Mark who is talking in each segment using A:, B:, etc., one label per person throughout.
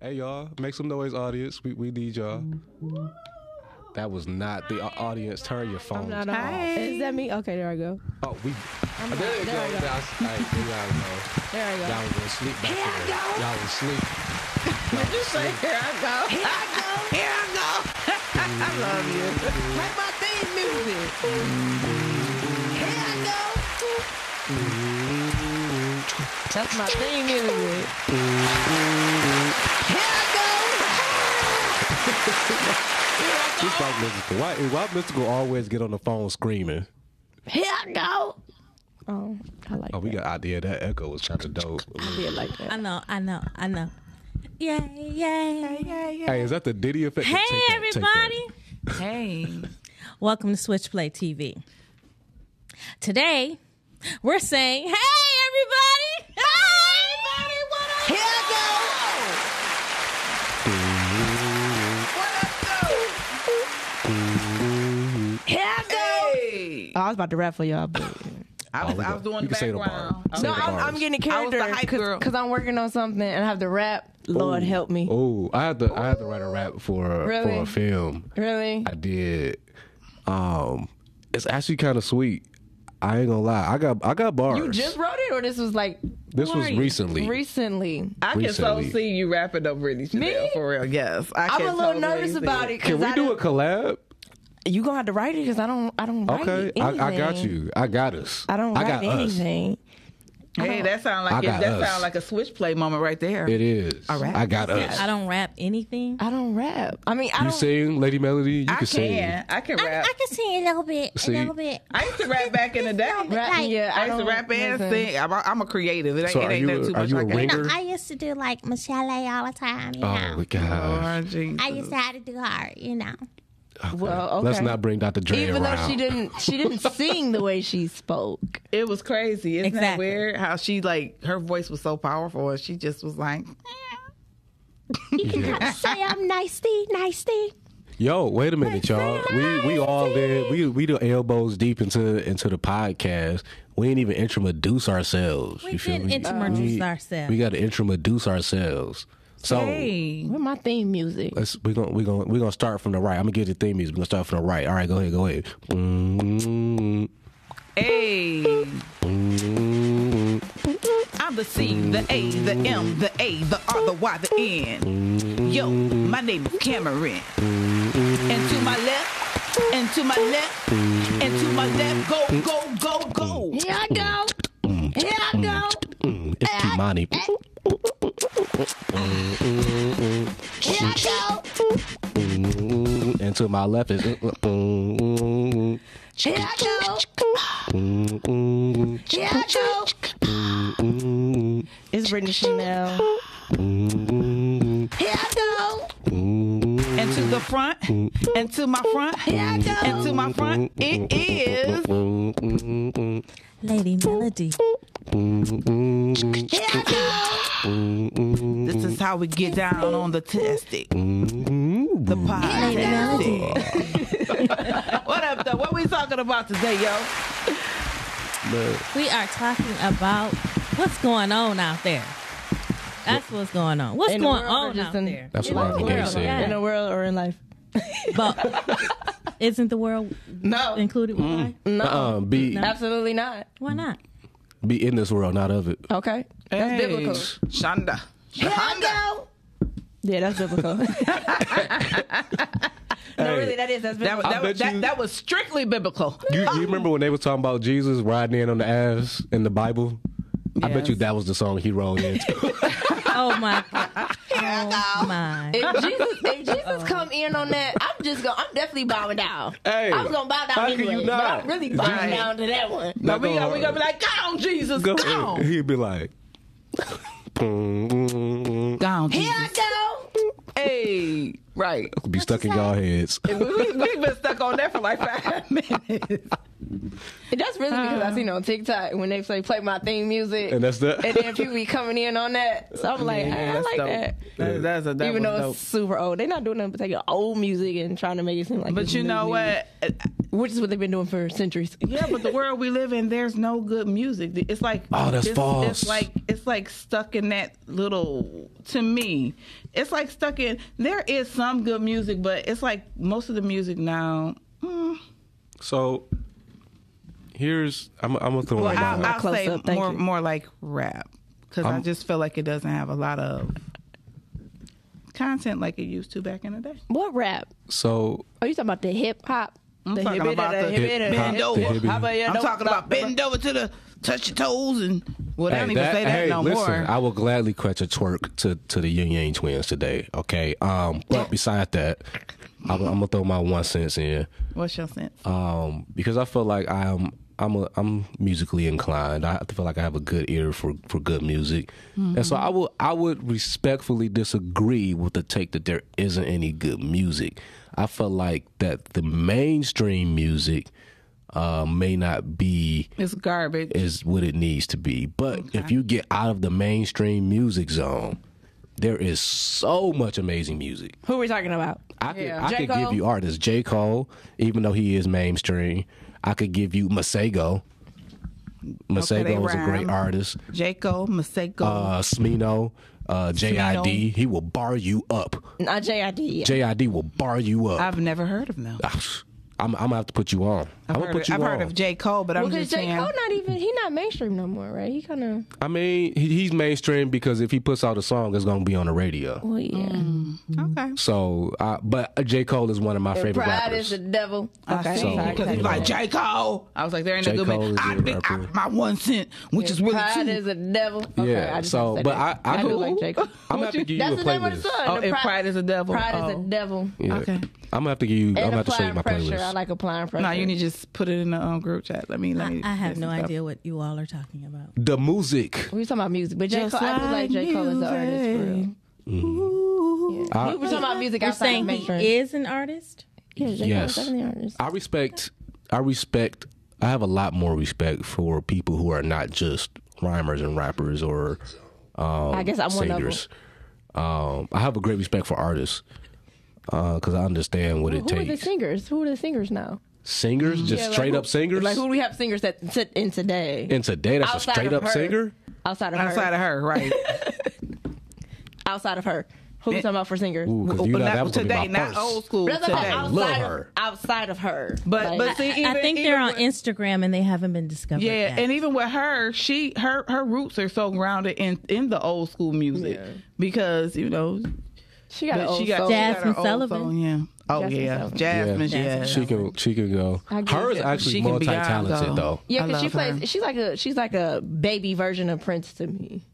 A: Hey y'all, make some noise, audience. We, we need y'all. That was not the au- audience. Turn your phone.
B: not on. Is that me? Okay, there I go.
A: Oh, we. there you go.
B: there you go.
A: That's- hey, you gotta know.
B: There I go.
A: Y'all was asleep back there. Y'all was asleep. Y'all was asleep.
B: Here I go. Here I go. Here I go.
C: I love you. Like my theme music. Here I go.
B: That's my thing, isn't it?
C: Here I
A: Just like mystical. Why, why mystical always get on the phone screaming?
C: go. Here I go.
B: Um, I like
A: Oh, we got idea that echo was kind of dope.
B: that. Yeah, like that.
D: I know, I know, I know. Yay, yay.
A: Hey, is that the Diddy effect?
D: Hey,
A: Take that, take that.
D: everybody.
C: Hey.
D: Welcome to Switchblade TV. Today, we're saying, hey, everybody. Hey, everybody. What
C: Here
D: up?
C: I go. What up, though? Here I go.
B: Oh, I was about to rap for y'all, but
C: I was,
A: we
C: I
A: got-
C: was doing
A: you
C: the
A: can say the bar.
C: background.
A: You can say
B: no,
A: the
B: I'm,
A: bars.
B: I'm getting a
C: I was
B: character
C: the hype girl.
B: because I'm working on something and I have to rap. Lord help me.
A: Oh, I had to I had to write a rap for a,
B: Really?
A: for a film.
B: Really?
A: I did. Um, it's actually kind of sweet. I ain't gonna lie. I got I got bars.
B: You just wrote it, or this was like
A: this was recently.
B: recently?
C: I can so
A: Recently.
C: see you rapping over Britney
B: Me?
C: Chanel for real. Yes, I
B: I'm
C: can
B: a little
C: totally
B: nervous
C: see
B: about it. 'cause
A: Can we
B: I
A: do a
B: didn't-
A: collab?
B: You gonna have to write it because I don't. I don't. Write
A: Okay, I, I got
B: anything.
A: you. I got us.
B: I don't
A: I
B: write
A: got us.
B: anything.
C: Hey, that sound like
A: I got
C: that
A: us.
C: sound like a switch play moment right there.
A: It is. All
C: right.
A: I got us.
D: I don't rap anything.
B: I don't rap. I mean, I
A: You
B: don't.
A: sing, Lady Melody. You
C: I
A: can sing.
C: can, I can
D: I,
C: rap.
D: I can sing a little bit.
A: See.
D: a little bit.
C: I used to rap back in the day.
B: rap,
D: like,
B: yeah,
C: I used to
B: don't
C: rap and
B: listen.
C: sing. I'm a, I'm a creative. It ain't,
A: So
C: it
A: are
C: ain't
A: you
C: nothing
A: a-
C: too
A: are
C: much
A: you a
C: like
A: ringer?
C: that.
D: No, I used to do like Michelle all the time, you
A: Oh
D: know.
A: my gosh.
C: Lord Jesus.
D: I used to have to do her, you know.
B: Well, Oh, okay.
A: Let's not bring Dr. Dre
B: Even
A: around.
B: though she didn't, she dn't sing the way she spoke.
C: It was crazy. Isn't that
D: Exactly.
C: weird? How she like her voice was so powerful and she just was like,
D: You can kind of say I'm nice D, nice D.
A: Yo, wait a minute, y'all. We we all in. We we the elbows deep into into the podcast. We ain't even introduce ourselves.
D: We
A: you feel
D: didn't
A: me?
D: introduce ourselves.
A: We got to introduce ourselves. So
C: "Hey,
B: Where my theme music?
A: let's we gonna we gonna we gonna start from the right. I'm gonna get the theme music. We gonna start from the right. All right, go ahead, go ahead. Mm,
C: hey."
A: mm,
C: I'm the C, the A, the M, the A, the R, the Y, the N. Yo, my name is Cameron. And to my left, and to my left, and to my left, go, go, go, go.
B: Here I go. Here I go.
A: mm. It's Kimani.
B: Here I go.
A: Mm, And to my left is. mm,
B: Here I
A: mm, mm,
B: go. Here I go.
A: mm,
B: It's Britney Chanel.
A: mm,
B: Here I go.
A: mm.
C: And to the front, and to my front, and to my front, it is.
D: Lady Melody.
B: Here I go.
C: This is how we get down on the testing. The podcast. what up, though? What we talking about today, yo?
D: We are talking about what's going on out there. That's what's going on. What's
B: In the
D: going
B: world or
D: on
B: just
D: out
B: in-
D: there?
A: That's
D: In
A: what
D: the
A: Marvin Gaye
D: world,
A: said.
D: yeah.
B: In the world or in life?
D: But isn't the world
B: No.
D: included? Why?
B: No.
A: Uh-uh, be
B: Absolutely not.
D: Why not?
A: be in this world, not of it.
B: Okay. That's
C: Hey,
B: biblical.
C: Shonda. Shonda.
B: Yeah, that's biblical. no,
A: Hey.
B: really, that is. That's
C: That
B: biblical.
C: was,
A: I
C: that, was,
A: bet you-
C: that, that was strictly biblical.
A: You, you remember when they were talking about Jesus riding in on the ass in the Bible? I bet you
C: Yes.
A: that was the song he rolled into.
D: Oh my god. Oh my.
B: if Jesus, if Jesus
A: Uh-huh.
B: come in on that, I'm just gonna, I'm definitely bowing down.
A: Hey,
B: I was gonna bow
A: how
B: down
A: can you
B: anyway, but
A: not?
B: I'm really bowing
C: Right.
B: down to that one.
C: But we gonna, we gonna be like, go on, Jesus, go,
A: Go-
C: on.
A: He'd be like,
C: Go on,
B: Here
C: Jesus.
B: I go.
C: Hey. Right.
A: Be stuck in y'all heads.
C: we, we've been stuck on that for like five minutes.
B: That's really because I seen on TikTok when they play, play my theme music.
A: Ah. And that's that.
B: And then people be coming in on that. So I'm like,
C: Yeah,
B: I
C: that's
B: like
C: dope.
B: that.
C: That- That's a, that
B: Even
C: was
B: though
C: dope.
B: it's super old, they're not doing nothing but taking old music and trying to make it seem like.
C: But
B: it's
C: you
B: new
C: know
B: music,
C: what?
B: Which is what they've been doing for centuries.
C: Yeah, but the world we live in, there's no good music. It's like
A: Oh, that's
C: it's,
A: false.
C: It's like it's like stuck in that little. To me, it's like stuck in. There is some good music, but it's like most of the music now. hmm,
A: So here's I'm I'm gonna throw
C: Well,
A: in
C: I'll,
A: my
C: I'll
B: Close
C: say
B: up, thank
C: more
B: you.
C: more like rap because I
A: I'm-
C: just feel like it doesn't have a lot of content like it used to back in the day.
B: What rap?
A: so
B: Are you talking about the hip hop? The
C: talking
B: hibbity,
C: about the
B: hibbity,
A: hip hop,
B: hibbity.
A: the hibbity.
B: How about you
C: I'm
B: know-
C: talking about bend over to the touch your toes and well, they
A: Hey,
C: don't even
A: that-
C: say that
A: hey,
C: no
A: listen,
C: more.
A: I will gladly catch a twerk to, to the Yin Yang twins today. Okay. Um, but beside that, I'm, I'm gonna throw my one cents in.
C: What's your sense?
A: Um, because I feel like I'm I'm a, I'm musically inclined. I feel like I have a good ear for, for good music, and so I
C: Mm-hmm.
A: will I would respectfully disagree with the take that there isn't any good music. I feel like that the mainstream music uh, may not be
C: it's garbage.
A: is what it needs to be. But if you get out of the mainstream music zone, there is so much amazing music.
B: Who are we talking about?
A: I could,
B: Yeah.
A: I
B: J.
A: could
B: Cole?
A: give you artists. J. Cole, even though he is mainstream, I could give you Masego. Masego
C: they
A: is a great
C: rhyme.
A: artist.
C: Jaco, Maseko.
A: Uh, Smino, uh, JID, he will bar you up.
B: Not JID.
C: E.
A: JID will bar you up.
C: I've never heard of them.
A: I'm, I'm gonna have to put you on.
C: I've,
A: I'm gonna
C: heard,
A: put
C: of,
A: you
C: I've
A: on.
C: heard of J. Cole, but I'm
B: Because
C: just
B: J.
C: saying.
B: Cole oh, not even he not mainstream no more, right? He kind of
A: I mean, he, he's mainstream because if he puts out a song, it's gonna be on the radio.
B: well, yeah.
C: Mm. Okay.
A: So, I, but uh, J. Cole is one of my favorite
B: Pride
A: rappers.
B: is the devil.
C: Okay.
A: So,
C: Because
A: you
C: he's
A: know.
C: like, J. Cole. I was like, there ain't
A: J.
C: a good
A: Cole is
C: man. I
A: a
C: think I,
A: rapper.
C: my one cent, which is really
B: Pride
C: two.
B: is the devil.
A: Yeah,
B: I just
A: so,
B: said
A: but
B: that.
A: I- I
B: do
A: could-
B: like J. Cole.
A: I'm gonna have to give
B: That's
A: you a
B: the name of
A: playlist.
B: the song.
C: Oh,
B: the
C: and Pride is a devil.
B: Pride is
C: Oh.
B: a devil.
A: Yeah.
C: Okay.
A: I'm gonna have to give you. I'm
B: And
A: gonna have to show you
B: applying
A: my
B: pressure.
A: playlist.
B: I like applying pressure.
C: No, you need to just put it in the um, group chat. Let me, let me.
D: I have
C: this
D: no
C: is up.
D: idea what you all are talking about.
A: the music.
B: We were talking about music, but J.
C: Just
B: Cole, I do like J.
C: like
B: Cole as an artist. For real.
C: music. Ooh.
A: I-
B: we were talking about music
D: You're
B: outside
D: saying
B: of mainstream.
D: he is an artist?
B: yeah, J. Cole
A: Yes.
B: is definitely an artist.
A: I respect. I respect. I have a lot more respect for people who are not just rhymers and rappers or um,
B: I guess I'm one of
A: singers. Um, I have a great respect for artists because I understand what it
B: Who are the
A: takes.
B: singers? Who are the singers now?
A: singers, just
B: Yeah, like
A: straight
B: who-
A: up singers.
B: Like who do we have singers that sit in today?
A: and today, that's a
B: Outside of
A: straight up
B: her.
A: singer.
B: outside of
C: Outside
B: her.
C: of her, right.
B: outside of her. Who we
C: It-
B: talking about for singers?
A: Ooh, 'cause
C: Well,
A: you know
C: not
A: that was gonna be
C: today,
A: my
C: not
A: first.
C: old school.
B: But that's
C: Today.
B: what I'm
A: I
B: saying,
A: love
B: outside
A: her.
B: Of, outside of her.
C: But- but see-
D: I, I
C: Even-
D: think they're
C: even
D: on
C: with-
D: Instagram and they haven't been discovered.
C: Yeah,
D: yet.
C: and e- even with her, she her her roots are so grounded in in the old school music
B: Yeah.
C: because you know
B: she got an
C: but
B: old
C: she got
B: soul.
C: she got her
D: Jasmine
C: old
D: Sullivan.
C: soul, yeah. Oh
B: Jasmine
C: yeah,
B: Sullivan.
C: Jasmine.
D: Yeah.
C: Yeah,
A: She can. She can go.
B: I get
A: Her is
B: it.
A: actually
C: She can be
A: multi talented
C: Yongo.
A: though.
B: yeah,
C: I
B: because she
C: love
B: plays.
C: her.
B: She's like a she's like a baby version of Prince to me.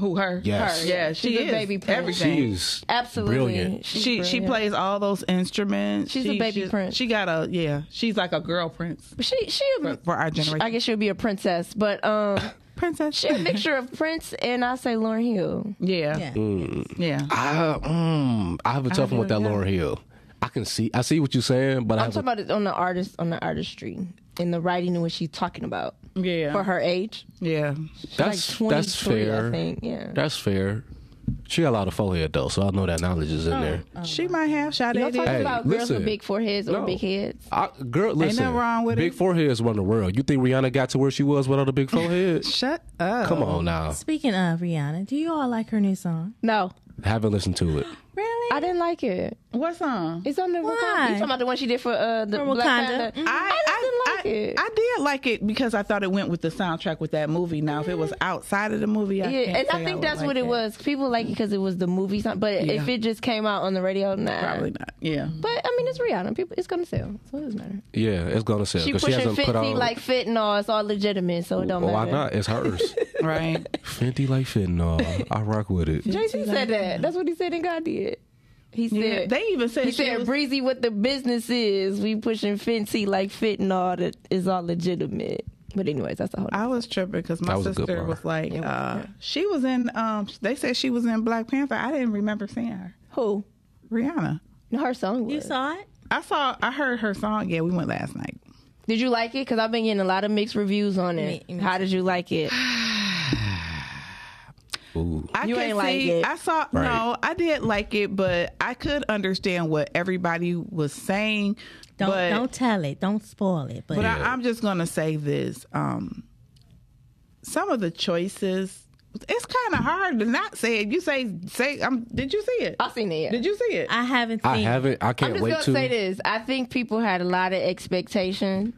C: Who her?
A: Yes.
C: Her, yeah. She
B: She's a
C: is
B: baby prince.
C: everything.
A: She is
B: Absolutely,
A: brilliant.
B: She's
C: she she
B: brilliant.
C: plays all those instruments.
B: She's a
C: She-
B: baby
C: she-
B: prince.
C: She got a yeah. She's like a girl prince
B: But She she.
C: for, for our generation.
B: I guess she'll be a princess, but um,
C: princess.
B: she a mixture of Prince and I say Lauren Hill.
C: yeah, yeah.
D: Yeah.
A: I mm, I have a tough one with that Lauren Hill. I can see I see what you're saying, but I
B: I'm
A: have
B: talking
A: a,
B: about it on the artist on the artistry in the writing and what she's talking about
C: Yeah.
B: for her age.
C: Yeah.
B: She's
A: that's
B: like
A: that's
B: 23, I
A: fair.
B: think. Yeah.
A: That's fair. She got a lot of forehead though, so I know that knowledge is in
B: Oh,
A: there.
C: She might have shot
B: Y'all talking
A: Hey,
B: about girls
A: listen.
B: with big foreheads or
A: No.
B: big heads?
A: I, girl, listen.
C: nothing wrong with
A: big
C: it.
A: foreheads run the world. You think Rihanna got to where she was without a big forehead?
C: Shut up.
A: Come on now.
D: Speaking of Rihanna, do you all like her new song?
B: No,
A: Haven't listened to it.
D: Really?
B: I didn't like it.
C: What song?
B: It's on the Wakanda.
D: Why?
B: You talking about the one she did for uh, the
D: From
B: Black
D: Wakanda.
B: Panther?
D: Mhm.
C: Mm-hmm.
B: I, just didn't like it.
C: I did like it because I thought it went with the soundtrack with that movie. Now, if it was outside of the movie, I
B: Mm-hmm. yeah,
C: can't
B: and
C: say
B: I think
C: would
B: that's
C: like
B: what it
C: that.
B: was. People like it because it was the movie. Song, but if it just came out on the radio, nah.
C: Probably not. Yeah,
B: But I mean, it's Rihanna. People, it's gonna sell, so it doesn't matter.
A: Yeah, it's gonna sell
B: She
A: because she,
B: pushing
A: hasn't
B: fifty
A: put on. Oh,
B: like fit and all. It's all legitimate, so it don't
A: why
B: matter.
A: not? It's hers.
C: right.
A: Fenty like fentanyl. I rock with it.
B: Jay Z said that. That's what he said, and God did. He said.
C: Yeah, they even said
B: he
C: she
B: said,
C: was-
B: "Breezy, what the business is? We pushing Fenty like fit and all that is all legitimate." But anyways, that's the whole.
C: I was tripping because my
A: That was a good
C: sister
A: bar.
C: was like, uh, she was in. Um, they said she was in Black Panther. I didn't remember seeing her.
B: Who?
C: Rihanna.
B: Her song was.
D: You saw it?
C: I saw. I heard her song. Yeah, we went last night.
B: Did you like it? Because I've been getting a lot of mixed reviews on it.
D: Me- me
B: How did you like it?
A: Ooh.
C: I
B: You
C: could
B: ain't like
C: see,
B: it.
C: I saw no,
A: Right.
C: I did like it, but I could understand what everybody was saying.
D: Don't
C: but,
D: don't tell it. Don't spoil it. But,
C: but
A: Yeah.
C: I, I'm just gonna say this. Um some of the choices it's kinda hard to not say it. You say say um did you see it?
B: I seen it.
C: Did you see it?
D: I haven't seen
A: I haven't. I
B: I'm
A: can't
B: just
A: wait
B: gonna
A: to.
B: say this. I think people had a lot of expectation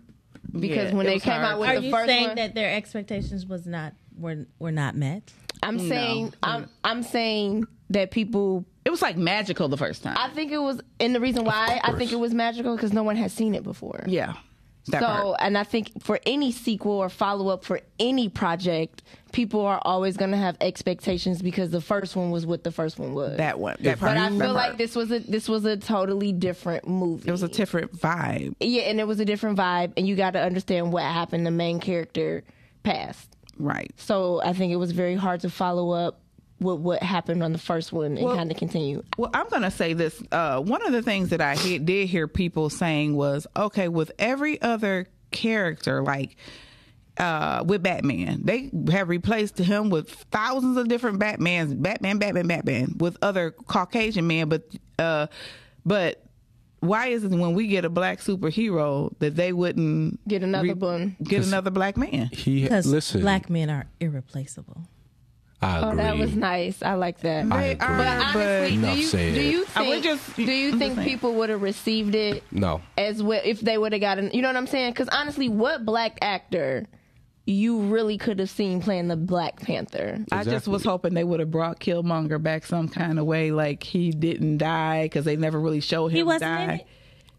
B: because
C: Yeah,
B: when
C: it
B: they
C: was
B: came
C: hard.
B: out with
D: Are
B: the
D: you
B: first
D: saying
B: one,
D: that their expectations was not were were not met?
B: I'm
C: Mm.
B: saying I'm I'm saying that people.
C: it was like magical the first time.
B: I think it was, and the reason why I think it was magical because no one had seen it before.
C: yeah. That
B: so,
C: part.
B: and I think for any sequel or follow up for any project, people are always going to have expectations because the first one was what the first one was.
C: that one. That part.
B: but I
C: that
B: feel like
C: part.
B: this was a this was a totally different movie.
C: it was a different vibe.
B: yeah, and it was a different vibe, and you got to understand what happened. The main character passed,
C: Right.
B: so I think it was very hard to follow up with what happened on the first one and kind of continue.
C: Well, I'm going to say this. Uh, one of the things that I he- did hear people saying was, okay, with every other character, like uh, with Batman, they have replaced him with thousands of different Batmans, Batman, Batman, Batman, with other Caucasian men. But, uh, but why is it when we get a black superhero that they wouldn't
B: Get another one.
C: get another black man?
A: He
D: Because
A: listen.
D: black men are irreplaceable.
A: I agree.
B: Oh, that was nice. I like that.
A: I
C: They
A: agree.
B: But
C: are,
B: honestly,
A: Enough
B: do you
A: said.
B: do you
C: I would
B: think
C: just-
B: do you
C: I'm
B: think
C: just saying.
B: people would have received it
A: No.
B: as well if they would have gotten? You know what I'm saying? Because honestly, what black actor you really could have seen playing the Black Panther?
C: I just was hoping they would have brought Killmonger back some kind of way, like he didn't die because they never really show him
D: He wasn't
C: die.
D: in it.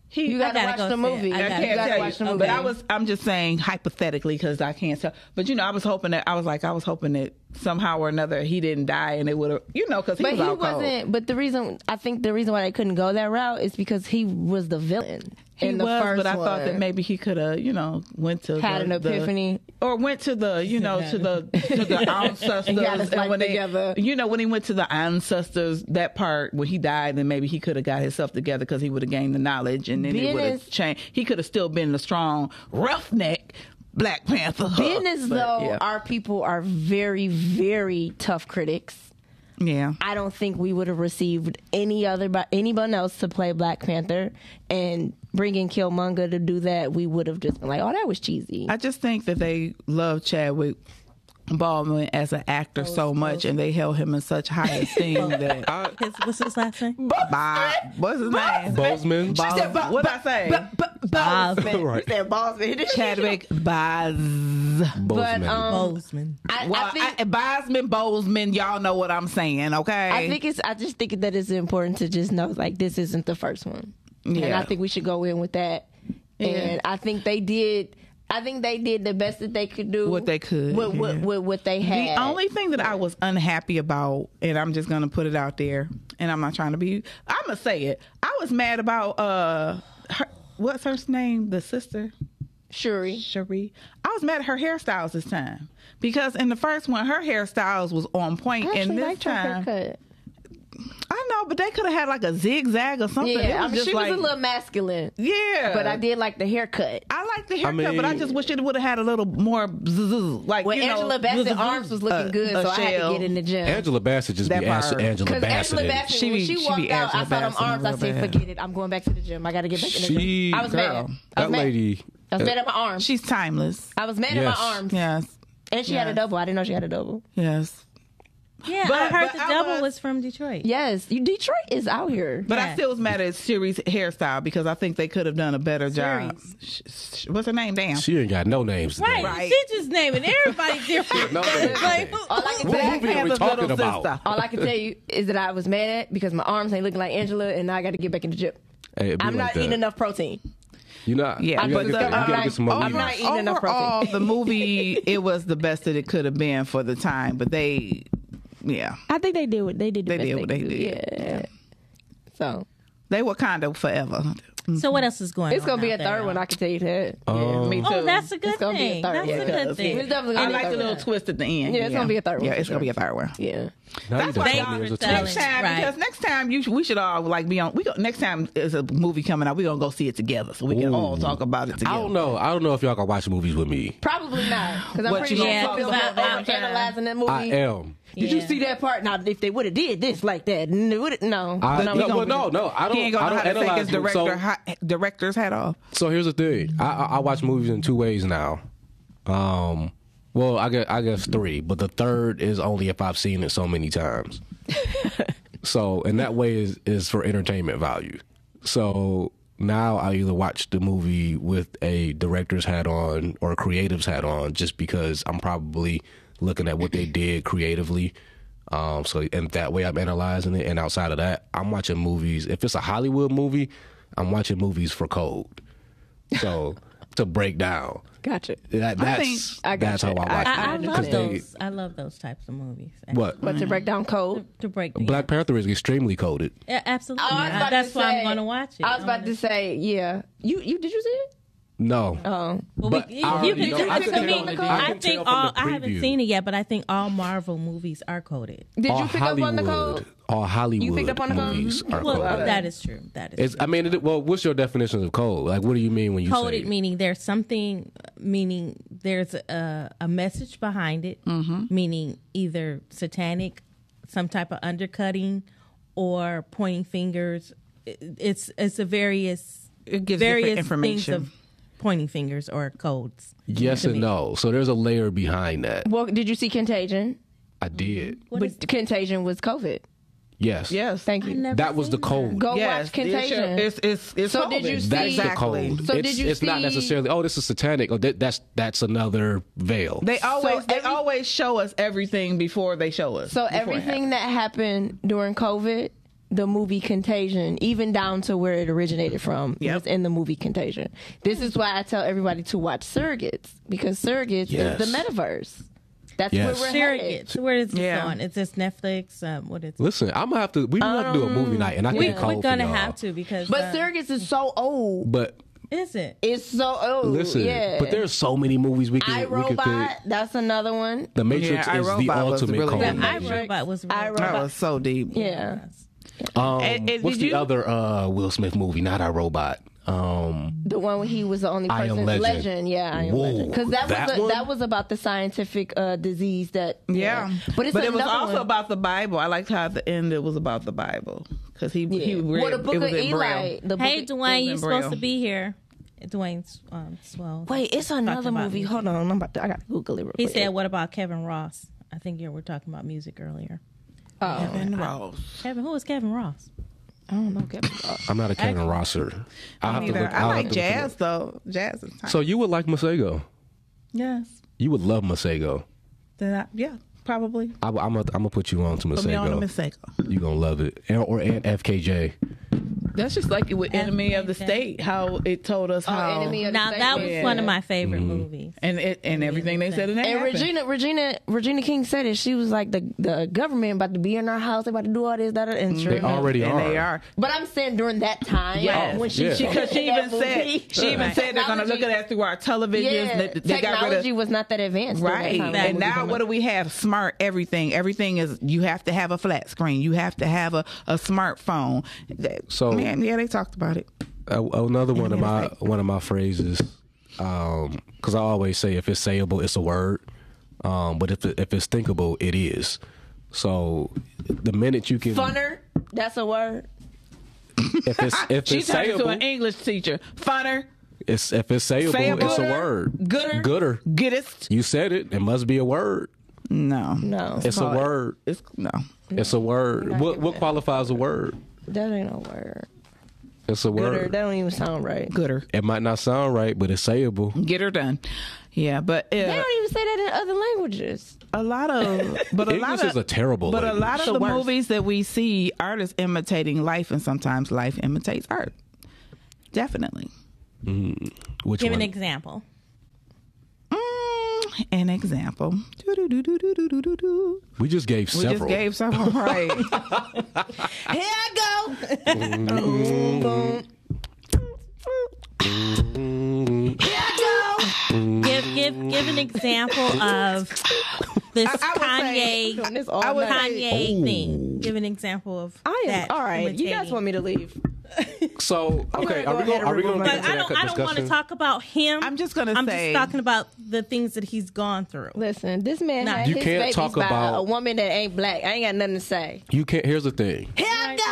C: He,
B: You gotta,
C: I,
D: gotta
B: watch
D: go
B: the
D: see it.
B: movie.
D: I
B: You
D: gotta-
C: can't
B: gotta
C: tell
B: watch
C: you,
B: the movie.
C: but I was. I'm just saying hypothetically because I can't tell. But you know, I was hoping that I was like I was hoping that somehow or another he didn't die and it would have, you know, because he
B: But
C: was
B: he
C: all
B: wasn't.
C: cold.
B: But the reason I think the reason why they couldn't go that route is because he was the villain
C: He
B: in the
C: was,
B: first
C: but I thought that
B: one.
C: maybe he could have, you know, went to
B: Had
C: the-
B: an
C: the-
B: epiphany.
C: or went to the, you know, to the to the ancestors
B: And got his life
C: when they-
B: together.
C: you know, when he went to the ancestors, that part when he died, then maybe he could have got himself together because he would have gained the knowledge, and then
B: Being
C: it would
B: as-
C: have changed. He could have still been the strong roughneck Black Panther.
B: Being as
C: But,
B: though
C: yeah.
B: our people are very, very tough critics.
C: yeah,
B: I don't think we would have received any other by anyone else to play Black Panther and bringing Killmonger to do that. We would have just been like, "Oh, that was cheesy."
C: I just think that they love Chadwick Baldwin as an actor so much, and they held him in such high esteem that.
D: His, what's his last name?
C: Bob, what's his name?
A: Bozeman.
C: Baldwin. What'd I say?
D: Bozeman.
A: Right.
B: You said Bozeman.
C: Chadwick Boz.
B: but
A: Bozeman.
B: um,
D: Bozeman.
B: I,
C: Well,
B: I think
C: I, Bosman, Bozeman, y'all know what I'm saying, okay?
B: I think it's. I just think that it's important to just know like this isn't the first one, and
C: Yeah.
B: I think we should go in with that. And I think they did. I think they did the best that they could do.
C: What they could,
B: With, with,
C: yeah.
B: with what they had.
C: The only thing that I was unhappy about, and I'm just gonna put it out there, and I'm not trying to be, I'm gonna say it. I was mad about uh, her, what's her name, the sister.
B: Shuri.
C: Cherie. I was mad at her hairstyles this time because in the first one her hairstyles was on point,
B: I
C: and
B: actually
C: this
B: liked her
C: time
B: haircut.
C: I know, but they could have had like a zigzag or something. It
B: Yeah, I mean,
C: just
B: she
C: like- Uh,
B: was a little masculine,
C: yeah.
B: but I did like the haircut.
C: I like the haircut, but I
A: mean-
C: just wish it would have had a little more zzz, like
B: Well,
C: you know,
B: Angela
C: zzz,
B: Bassett's
C: zzz,
B: arms was looking
C: uh,
B: good,
C: a
B: so I had
C: shell.
B: to get in the gym.
A: Angela Bassett just
C: That
A: be ass-
C: part.
A: Angela
B: Because
A: Bassett.
B: Angela
A: in it.
B: Bassett,
C: She
B: when
C: be-
B: she
C: she be
B: walked out, I
C: Angela
B: saw them arms.
C: Bassett
B: I
C: real
B: said,
C: bad.
B: "Forget it. I'm going back to the gym. I got to get back in the
A: She-
B: gym." I was
C: girl,
B: mad. I was
A: that
B: mad.
A: lady-
B: I
A: that-
B: was mad at my arms.
C: She's timeless.
B: I was mad
A: Yes.
B: at my arms,
C: Yes,
B: and she had a
C: Yes.
B: double. I didn't know she had a double.
C: yes.
D: Yeah,
C: But-
D: I heard
C: but
D: the
C: I
D: double
C: was-
D: was, from Detroit.
B: Yes, you, Detroit is out here.
C: But I
D: Yes.
C: still was mad at Siri's hairstyle because I think they could have done a better job. Sh- sh- What's her name? Damn.
A: She ain't got no names.
D: Right.
C: Right.
D: She just naming everybody different.
A: No, they-
D: Like, who-
B: all I can
A: What
B: tell,
A: movie are we
C: Panther's
A: talking
C: little
A: about?
C: sister.
B: all I can tell you is that I was mad at because my arms ain't looking like Angela, and now I got to get back in the gym.
A: Hey, it be
B: I'm
A: like
B: not
A: that.
B: eating enough protein.
A: You know,
C: Yeah,
A: you gotta,
C: but
A: get,
C: the-
A: that- you gotta
C: I'm
A: get some more.
C: not-
B: I'm
A: meat.
B: not eating enough protein.
C: Overall, the movie it was the best that it could have been for the time, but they, yeah,
B: I think they did what they did. The
C: They
B: best
C: did what they
B: could do.
C: did.
B: Yeah. So
C: they were kind of forever.
D: So what else is going
B: It's
D: on?
B: gonna be a
D: out there,
B: third one.
D: y'all?
B: I can tell you that.
A: Um,
C: me too.
D: Oh, that's a good
B: It's gonna be a
D: thing.
B: third
D: That's
B: one.
D: a
C: Yeah,
D: good thing.
B: It's definitely
C: I
B: gonna be a
C: like the
B: third
C: little
B: one.
C: twist at the end.
B: Yeah, it's gonna be a third one
C: Yeah,
B: for
C: it's gonna
B: sure.
C: be a third one.
A: Now
B: Yeah.
A: you
C: That's
A: done
C: why
A: told
C: y'all-
A: me it was a
D: Thank you for
A: twist.
C: Next time,
D: telling. Right.
C: because next time you we should all like be on. We go, next time is a movie coming out. We gonna go see it together, so we can all
A: Ooh.
C: talk about it together.
A: I don't know. I don't know if y'all can watch movies with me.
B: Probably not, because I'm
C: What
B: pretty
C: you
B: sure
C: gonna
B: yeah,
C: talk
B: people
C: about all
D: the time?
B: analyzing that movie.
A: I am.
B: Did you see that part? Now, if they would have did this like that, n- would it- no,
A: I,
B: no,
A: no,
B: we
A: well,
B: gonna-
A: no, no. I don't.
C: He ain't gonna
A: I
C: know
A: don't
C: how to take his
A: analyze movies.
C: director hi- director's hat off.
A: So, so here's the thing. I, I, I watch movies in two ways now. Um, well, I guess I guess three, but the third is only if I've seen it so many times. so, and that way is is for entertainment value. So now I either watch the movie with a director's hat on or a creative's hat on, just because I'm probably looking at what they did creatively. Um, so and that way I'm analyzing it. And outside of that, I'm watching movies. If it's a Hollywood movie, I'm watching movies for code. So to break down.
B: Gotcha.
A: That, that's
B: I got
A: that's
B: you.
A: how I watch
B: I-
A: it.
D: I, I love
A: 'Cause they-
D: those. I love those types of movies.
A: What?
B: But to break down code,
D: to break the
A: Black Panther is extremely coded.
D: Yeah, absolutely.
B: I was about
D: That's
B: to
D: why
B: say-
D: I'm going to watch it.
B: I was about to say, yeah. You you did you see it?
A: No.
B: Oh,
D: Well,
A: But
D: we, you,
A: I
D: you
A: already
D: can
A: know-
D: do
A: I
D: this
A: can tell
D: to me.
A: from the- I
D: I
A: can
D: think
A: tell from
D: all.
A: the
D: I haven't
A: preview.
D: seen it yet, but I think all Marvel movies are coded.
B: did
A: all
B: you pick
A: Hollywood,
B: up on the code?
A: All Hollywood
B: You picked up on the code?
A: movies are
D: Well,
A: coded.
D: that is true. That is
A: It's, I mean, it, well, what's your definition of code? Like, what do you mean when you
D: coded,
A: say
D: meaning there's something, meaning there's a, a message behind it, meaning either satanic, some type of undercutting, or pointing fingers. It- It's it's a various
C: It gives different
D: various
C: information.
D: things of pointing fingers or codes.
A: yes and no? So there's a layer behind that.
B: Well, did you see Contagion?
A: I did.
D: What is-
B: But Contagion was COVID.
A: Yes.
C: Yes,
B: Thank
D: I
B: you.
D: never
A: That was the
D: seen
A: code.
B: Go
C: yes.
B: watch Contagion.
C: It's it's it's
B: So did
C: COVID.
B: you see-
A: That's
C: exactly.
A: the code.
B: So did
A: it's
B: you
A: it's not
B: see-
A: necessarily. Oh, this is satanic. Oh, that, that's that's another veil.
C: They always they
B: every-
C: always show us everything before they show us.
B: so
C: before it
B: everything that happened during COVID, the movie Contagion, even down to where it originated from,
C: Yep.
B: was in the movie Contagion. This is why I tell everybody to watch Surrogates because Surrogates
A: Yes.
B: is the metaverse. That's
A: Yes.
B: where we're headed.
D: Surrogates. Where is this
C: Yeah.
D: on? Is this Netflix? Um, what is? it?
A: Listen, I'm gonna have to. We want to do a movie night, and I
D: Um, We,
A: can code
D: we're gonna
A: for y'all.
D: have to because
B: But
D: uh,
B: Surrogates is so old.
A: But
D: is it?
B: It's so old.
A: listen,
B: yeah.
A: but there's so many movies we can we can pick.
B: iRobot, that's another one.
A: The Matrix
C: Oh, Yeah,
A: is the
C: iRobot was
A: ultimate
C: really
A: code.
C: good.
A: name.
D: I robot was real.
B: I,
C: That
B: Robot.
C: was so deep.
B: Yeah.
A: Um,
C: And- and
A: what's
C: did
A: the
C: you-
A: other uh, Will Smith movie? Not our robot. Um,
B: The one where he was the only
A: I
B: person.
A: Am Legend.
B: yeah, I am
A: Whoa,
B: legend. Because that,
A: that
B: was a,
A: one?
B: that was about the scientific uh, disease that.
C: Yeah.
B: but it's
C: it was
B: another
C: also
B: one.
C: about the Bible. I liked how at the end it was about the Bible because he
B: Yeah.
C: he read
B: well, the book
C: it was
B: of
C: in
B: Eli.
C: Braille.
B: The
D: Hey,
B: book of-
D: Dwayne,
C: in
D: you
C: Braille.
D: supposed to be here. Dwayne um, Swell.
B: Wait, it's another
D: about
B: movie.
D: music.
B: Hold on, I'm about to, I got to Google it. Real
D: He
B: quick.
D: said, "What about Kevin Ross?" I think you were talking about music earlier.
B: oh,
C: Kevin Ross.
D: Kevin, who is Kevin Ross?
B: I don't know. Kevin Ross.
A: I'm not a Kevin Rosser. I have to
C: Neither.
A: look.
C: I
A: I'll have to
C: like
A: look it up.
C: jazz though. Jazz is time.
A: So you would like Masego.
C: yes.
A: You would love Masego.
C: Then I, yeah, probably.
A: I, am gonna I'm gonna put you on to
C: Put me on a
A: Masego.
C: mistake.
A: You gonna love it, and, or and FKJ.
C: That's just like it with Enemy of the State, how it told us how
B: Oh, Enemy of the
D: Now
B: State.
D: that was
C: Yeah.
D: one of my favorite movies.
C: and it, and everything they said in that.
B: And
C: happened.
B: Regina, Regina, Regina King said it. She was like, the the government about to be in our house. They about to do all this, that, that, and sure
A: They
B: enough.
A: already
C: and
A: are.
C: they are.
B: But I'm saying during that time,
C: Yes.
B: when she
A: Yeah.
B: she-
C: Because she even
B: that movie-
C: said she even said they're gonna look at us through our televisions.
B: Yeah,
C: They, they got rid
B: technology
C: of
B: was not that advanced. during that
C: right.
B: time.
C: And now what do we have? Smart everything. Everything is you have to have a flat screen. You have to have a, a smartphone. That-
A: So-
C: man, yeah, they talked about it.
A: Uh, another one of
C: Yeah,
A: my
C: right.
A: one of my phrases, because I always say if it's sayable, it's a word, um, but if it, if it's thinkable, it is. So the minute you can,
B: Funner, that's a word.
A: if it's if
C: She
A: it's
C: turned into
A: sayable,
C: an English teacher. Funner,
A: it's if it's sayable,
C: Sayable.
A: it's a
C: Gooder.
A: word.
C: Gooder.
A: gooder.
C: goodest.
A: You said it. It must be a word.
C: No,
B: No,
A: It's a
C: Call it.
A: word.
C: it's no.
A: It's a word. What what qualifies a word?
B: that ain't a word.
A: It's a
B: Gooder,
A: word.
B: that don't even sound right.
C: Gooder.
A: It might not sound right, but it's sayable.
C: Get her done. Yeah, but
B: They
C: uh,
B: don't even say that in other languages.
C: a lot of but a lot
A: English
C: of
A: is a terrible
C: but
A: language.
C: a lot of
B: the
C: the,
B: worst.
C: movies that we see artists imitating life and sometimes life imitates art definitely
A: Which
D: Give
A: one?
D: an example.
C: mm, an example Doo-doo-doo-doo-doo-doo-doo-doo.
A: we just gave
C: we
A: several.
C: just gave someone right
B: Here I go.
A: Mm-hmm.
D: Give give give an example of this
C: I would say-
D: Kanye
B: Doing this all
C: I would
B: night.
C: say-
D: Kanye thing. Give an example of
B: I am
D: that
B: all right. You guys
D: imitating.
B: want me to leave?
A: So okay, are
B: gonna
A: we
B: go ahead
A: going?
B: and
A: Are we going
B: remove
A: to get
B: my-
D: But
A: into
D: I
A: that
D: don't. I don't want to
A: discussion?
D: talk about him.
C: I'm just gonna
D: I'm
C: say-
D: just talking about the things that he's gone through.
B: Listen, this man
D: Nah.
B: had
D: You
B: his
A: can't
B: babies
A: talk
B: by
A: about-
B: a woman that ain't black. I ain't got nothing to say.
A: You can't. Here's the thing.
B: Here I go.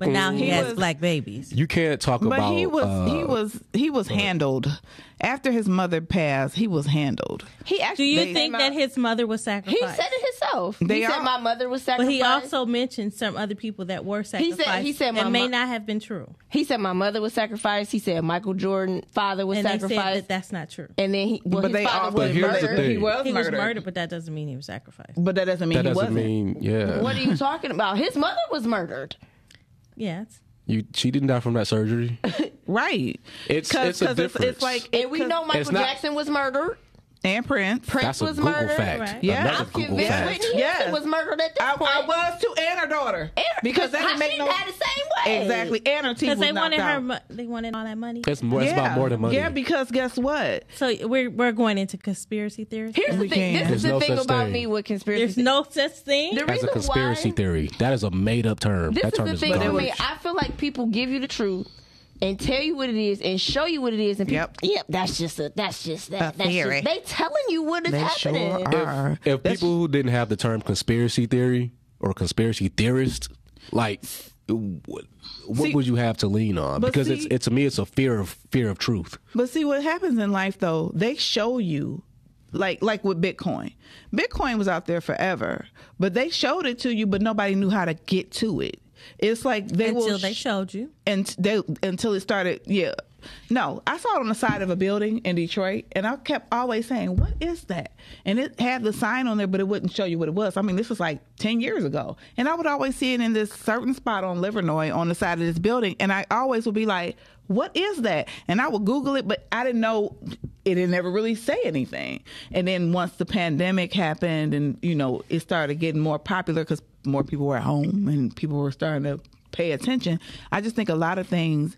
D: But now he,
C: He
D: has
C: was-
D: black babies.
A: You can't talk
C: But
A: about.
C: he was
A: uh,
C: he was he was handled after his mother passed. He was handled.
B: He
D: Do
B: actually.
D: you
B: came
D: think
B: out-
D: that his mother was
B: He
D: sacrificed?
B: said it himself.
C: They
B: he said
C: are-
B: my mother was
D: but
B: sacrificed.
D: he also mentioned some other people that were sacrificed.
B: he said my
D: that may
B: mo-
D: not have been true,
B: he said my mother was sacrificed. He said Michael Jordan father was
D: and they said
B: sacrificed.
D: that that's not true.
B: and then he, well,
C: But
B: his
C: they all
B: father
A: But
B: was
A: here's the
B: murdered.
A: thing.
B: He was
D: He was
B: murdered.
D: murdered, but that doesn't mean he was sacrificed.
C: But that doesn't mean
A: That
C: he
A: doesn't
C: wasn't.
A: mean yeah.
B: What are you talking about? His mother was murdered.
D: Yes.
A: You she didn't die from that surgery.
C: right.
A: It's- it's a
C: It's,
A: difference.
C: like
B: And we know
A: It's
B: Michael
A: not-
B: Jackson was murdered.
C: and Prince.
B: Prince
A: That's a
B: was
A: Google
B: murdered.
A: fact.
D: Right.
C: Yeah.
A: Another
C: I'm
A: Google
B: Convinced
A: fact.
B: Whitney Houston
C: Yes.
B: was murdered at this
C: I,
B: point.
C: I was too, and her daughter.
B: Eric-
C: because that didn't make
B: Hashim
C: no
B: had the same way.
C: exactly. And her teeth
D: Because
C: was
D: they wanted
C: knocked
D: her,
C: out.
D: mo- they wanted all that money.
A: It's more. It's about more than money.
C: Yeah, because guess what?
D: So we're we're going into conspiracy theories.
B: Here's the
C: We
B: thing. This
C: can.
B: is
A: There's
B: the
A: no
B: thing
A: such
B: about
A: thing.
B: me with conspiracy.
D: There's no such thing.
B: the
A: As a
B: reason
A: conspiracy
B: why,
A: theory, that is a made up term.
B: This
A: that
B: is
A: term
B: the thing
A: garbage.
B: for
C: gone.
B: me. I feel like people give you the truth and tell you what it is and show you what it is and people,
C: Yep.
B: yep, that's just a that's just that
C: A
B: that's
C: theory.
B: just, they telling you what is
C: They sure
B: happening.
C: are. Arr.
A: if people who didn't have the term conspiracy theory or conspiracy theorist, like what, what
C: See-
A: would you have to lean on?
C: but
A: Because it's
C: see-
A: it, to me it's a fear of fear of truth.
C: But see what happens in life though, they show you like like with Bitcoin. Bitcoin was out there forever, but they showed it to you but nobody knew how to get to it. It's like they
D: Until
C: will
D: they
C: sh-
D: showed you.
C: and they until it started yeah. No, I saw it on the side of a building in Detroit and I kept always saying, "What is that?" And it had the sign on there but it wouldn't show you what it was. I mean, this was like 10 years ago. And I would always see it in this certain spot on Livernois on the side of this building and I always would be like, what is that? And I would Google it, but I didn't know it didn't ever really say anything. And then once the pandemic happened and, you know, it started getting more popular because more people were at home and people were starting to pay attention, I just think a lot of things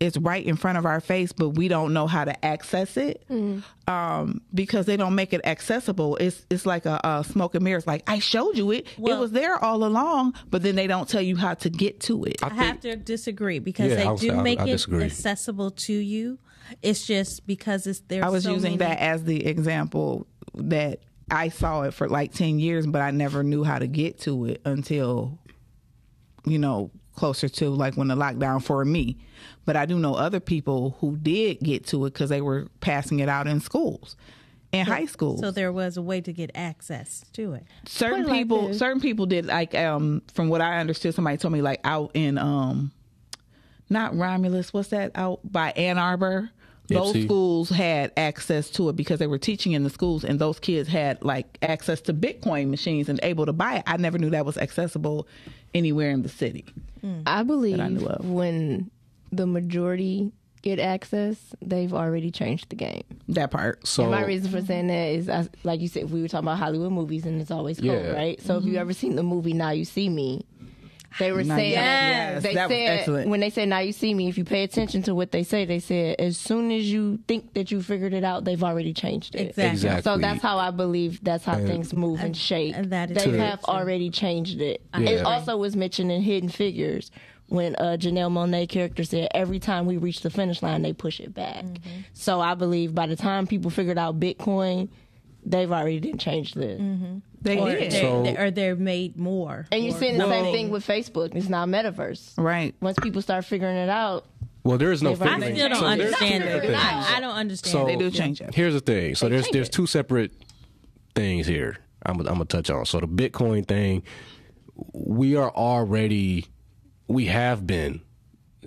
C: it's right in front of our face, but we don't know how to access it um, because they don't make it accessible. It's it's like a, a smoke and mirrors. Like I showed you it,
D: Well-
C: it was there all along, but then they don't tell you how to get to it.
D: I have to disagree because
A: Yeah,
D: they
A: I would
D: do
A: say I-
D: make
A: I
D: it
A: disagree.
D: accessible to you. It's just because it's there.
C: I was
D: so
C: using
D: many-
C: that as the example that I saw it for like 10 years, but I never knew how to get to it until, you know, closer to like when the lockdown for me. But I do know other people who did get to it because they were passing it out in schools. In high school,
D: So there was a way to get access to it.
C: certain
B: Put it like
C: people,
B: this.
C: certain people did like um from what I understood, somebody told me like out in um not Romulus, what's that out by Ann Arbor? Those
A: Ipsy.
C: schools had access to it because they were teaching in the schools, and those kids had like access to Bitcoin machines and able to buy it. I never knew that was accessible anywhere in the city.
B: I believe
C: knew of.
B: when the majority get access, they've already changed the game.
C: That part.
A: So
B: And my reason for saying that is, I, like you said, we were talking about Hollywood movies, and it's always cold,
A: Yeah.
B: right? So if you ever seen the movie Now You See Me, they were
C: Now You-
B: saying
C: Yes,
B: they
C: that was
B: said
C: excellent.
B: when they said Now You See Me, if you pay attention to what they say, they said as soon as you think that you figured it out, they've already changed it.
D: Exactly.
A: Exactly.
B: So that's how I believe that's how things move and shake.
D: and that is
B: they
D: true.
B: have already changed it.
A: agree.
B: It also was mentioned in Hidden Figures when uh, Janelle Monet character said, "Every time we reach the finish line, they push it back."
D: Mm-hmm.
B: So I believe by the time people figured out Bitcoin, they've already didn't change this.
D: Mm-hmm.
C: They
D: Or,
C: did.
D: they're,
A: So-
D: they- or they're made more.
B: And you're
D: Or-
B: seeing the
A: Well-
B: same thing with Facebook. It's now metaverse.
C: right.
B: Once people start figuring it out,
A: well, there is no.
B: If I
A: figuring-
D: I still
A: so
D: don't
A: there's two
D: understand
A: different
D: it.
A: things.
D: I, I don't understand
A: So-
C: They
D: it.
C: do change it.
A: Here's the thing. So there's
B: change
A: there's
B: it.
A: two separate things here. I'm I'm gonna touch on. So the Bitcoin thing, we are already, we have been.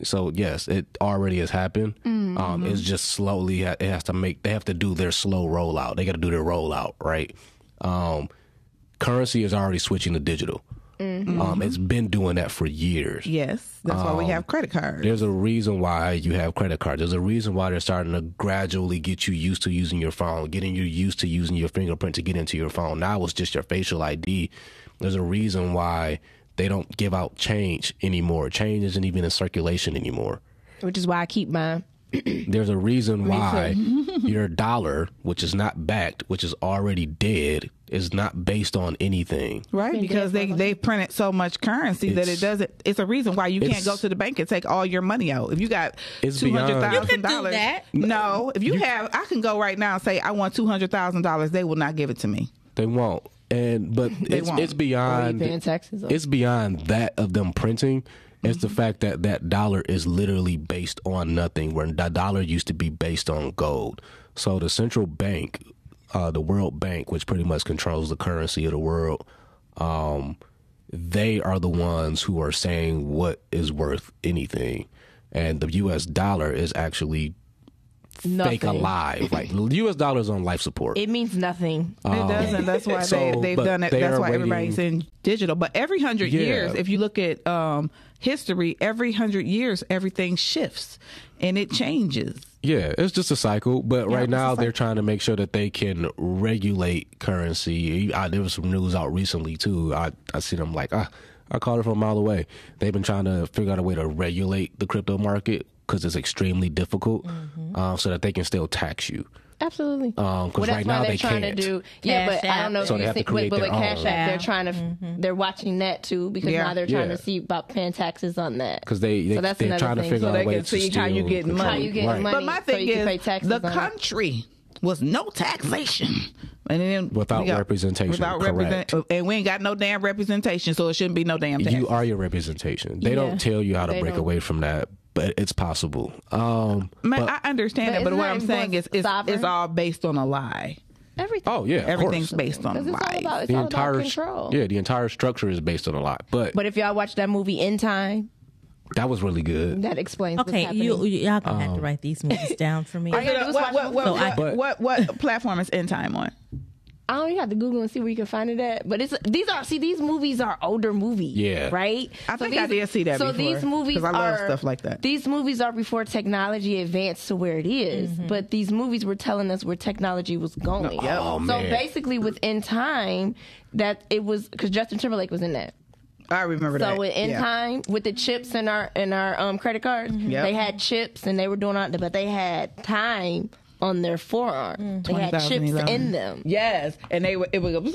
A: So yes, it already has happened. Um, it's just slowly. It has to make. They have to do their slow rollout. They got to do their rollout right. Um, currency is already switching to digital. Um, it's been doing that for years.
C: Yes. That's why we have credit cards.
A: There's a reason why you have credit cards. There's a reason why they're starting to gradually get you used to using your phone, getting you used to using your fingerprint to get into your phone. Now it's just your facial ID. There's a reason why they don't give out change anymore. Change isn't even in circulation anymore.
B: which is why I keep mine.
A: there's a reason why your dollar, which is not backed, which is already dead, is not based on anything.
B: Been
C: Right, because
B: dead
C: they
B: for a
C: they printed so much currency that
A: It's-
C: it doesn't. It's a reason why you can't
A: it's-
C: go to the bank and take all your money out. If you got
A: It's
C: two
A: beyond-
C: hundred
A: You
D: can
C: thousand
D: do
C: dollars,
D: that.
C: no. If you, have, I can go right now and say I want two hundred thousand dollars. They will not give it to me.
A: They won't. And but it's
C: won't.
A: it's
B: Are you
A: beyond
B: paying taxes?
A: it's beyond that of them printing. It's the fact that that dollar is literally based on nothing, where the dollar used to be based on gold. So the central bank, uh, the World Bank, which pretty much controls the currency of the world, um, they are the ones who are saying what is worth anything, and the U.S. dollar is actually fake alive. Like the U.S. dollar is on life support.
B: It means nothing.
C: It doesn't. That's why
A: so,
C: they, they've
A: Oh. but
C: done it.
A: they
C: That's
A: are
C: why everybody's in digital. But every hundred
A: Yeah.
C: years, if you look at um, history, every hundred years, everything shifts and it changes.
A: Yeah, it's just a cycle. But right
C: it's a
A: now, they're
C: cycle.
A: trying to make sure that they can regulate currency. I, there was some news out recently too. I I see them like ah, I caught it from a mile away. They've been trying to figure out a way to regulate the crypto market because it's extremely difficult, uh, so that they can still tax you.
B: Absolutely.
A: Um, 'cause
B: Mm-hmm. well, that's
A: right
B: why
A: now
B: they're
A: they
B: trying
A: can't.
B: to do. Yeah,
D: Cash
B: but I
D: App.
B: don't know. if
A: So they
B: you
A: have to
B: think, but,
A: create
B: but with
A: their
B: Cash
A: own.
B: App, Mm-hmm. they're
D: Yeah.
B: trying to. They're watching that too because
C: Yeah.
B: now they're trying
A: Yeah.
B: to see about paying taxes on that.
A: Because they, they
B: So that's
A: they're
B: another
A: trying to
B: thing.
A: figure
B: So
A: out
B: they
A: a way
C: can
A: to
C: see how
A: still
C: you get
A: control.
B: How you get
A: Right.
B: money.
C: But my
B: so
C: thing
B: you can pay
C: is,
B: taxes
C: the
B: on it.
C: country was no taxation. And then
A: Without
C: we got-
A: representation,
C: Without
A: correct.
C: represent- uh, and we ain't got no damn representation, so it shouldn't be no damn tax.
A: You are your representation. They
B: Yeah.
A: don't tell you how to
B: They
A: break
B: don't.
A: away from that, but it's possible. Um,
C: Man,
A: but-
C: I understand
B: But
C: that, but
B: isn't
C: what
B: that
C: I'm saying is, it's,
B: sovereign?
C: it's all based on a lie.
B: Everything.
A: oh yeah, of
C: Everything's
A: course.
C: based on a
B: 'Cause it's all
C: lie.
B: about it's
A: the
B: all
A: entire
B: about control.
A: yeah the entire structure is based on a lot but,
B: But if y'all watch that movie In Time,
A: that was really good
B: that explains. what's
D: Okay,
B: happening.
D: you, you y'all gonna have
A: Um,
D: to write these movies down for me.
B: Are you-
C: What-
B: just
C: what,
B: watch
C: what,
B: the
C: what,
D: movie. So I-
C: what, what, what platform is End Time on?
B: I don't even have to Google and see where you can find it at. But it's these are see these movies are older movies.
A: Yeah.
B: Right.
C: I think I did see that
B: So
C: before,
B: these movies
C: 'cause I love
B: are-
C: stuff like that.
B: These movies are before technology advanced to where it is, but these movies were telling us where technology was going.
C: Mm-hmm. Yep.
A: Oh,
B: so
A: man.
B: basically, within time, that it was because Justin Timberlake was in that.
C: I remember that.
B: So in
C: Yeah. Mm-hmm.
B: time with the chips in our in our um, credit cards,
C: Yep.
B: they had chips and they were doing all, but they had time on their forearm. They had
C: 20,011.
B: chips in them.
C: Yes, and they were it would go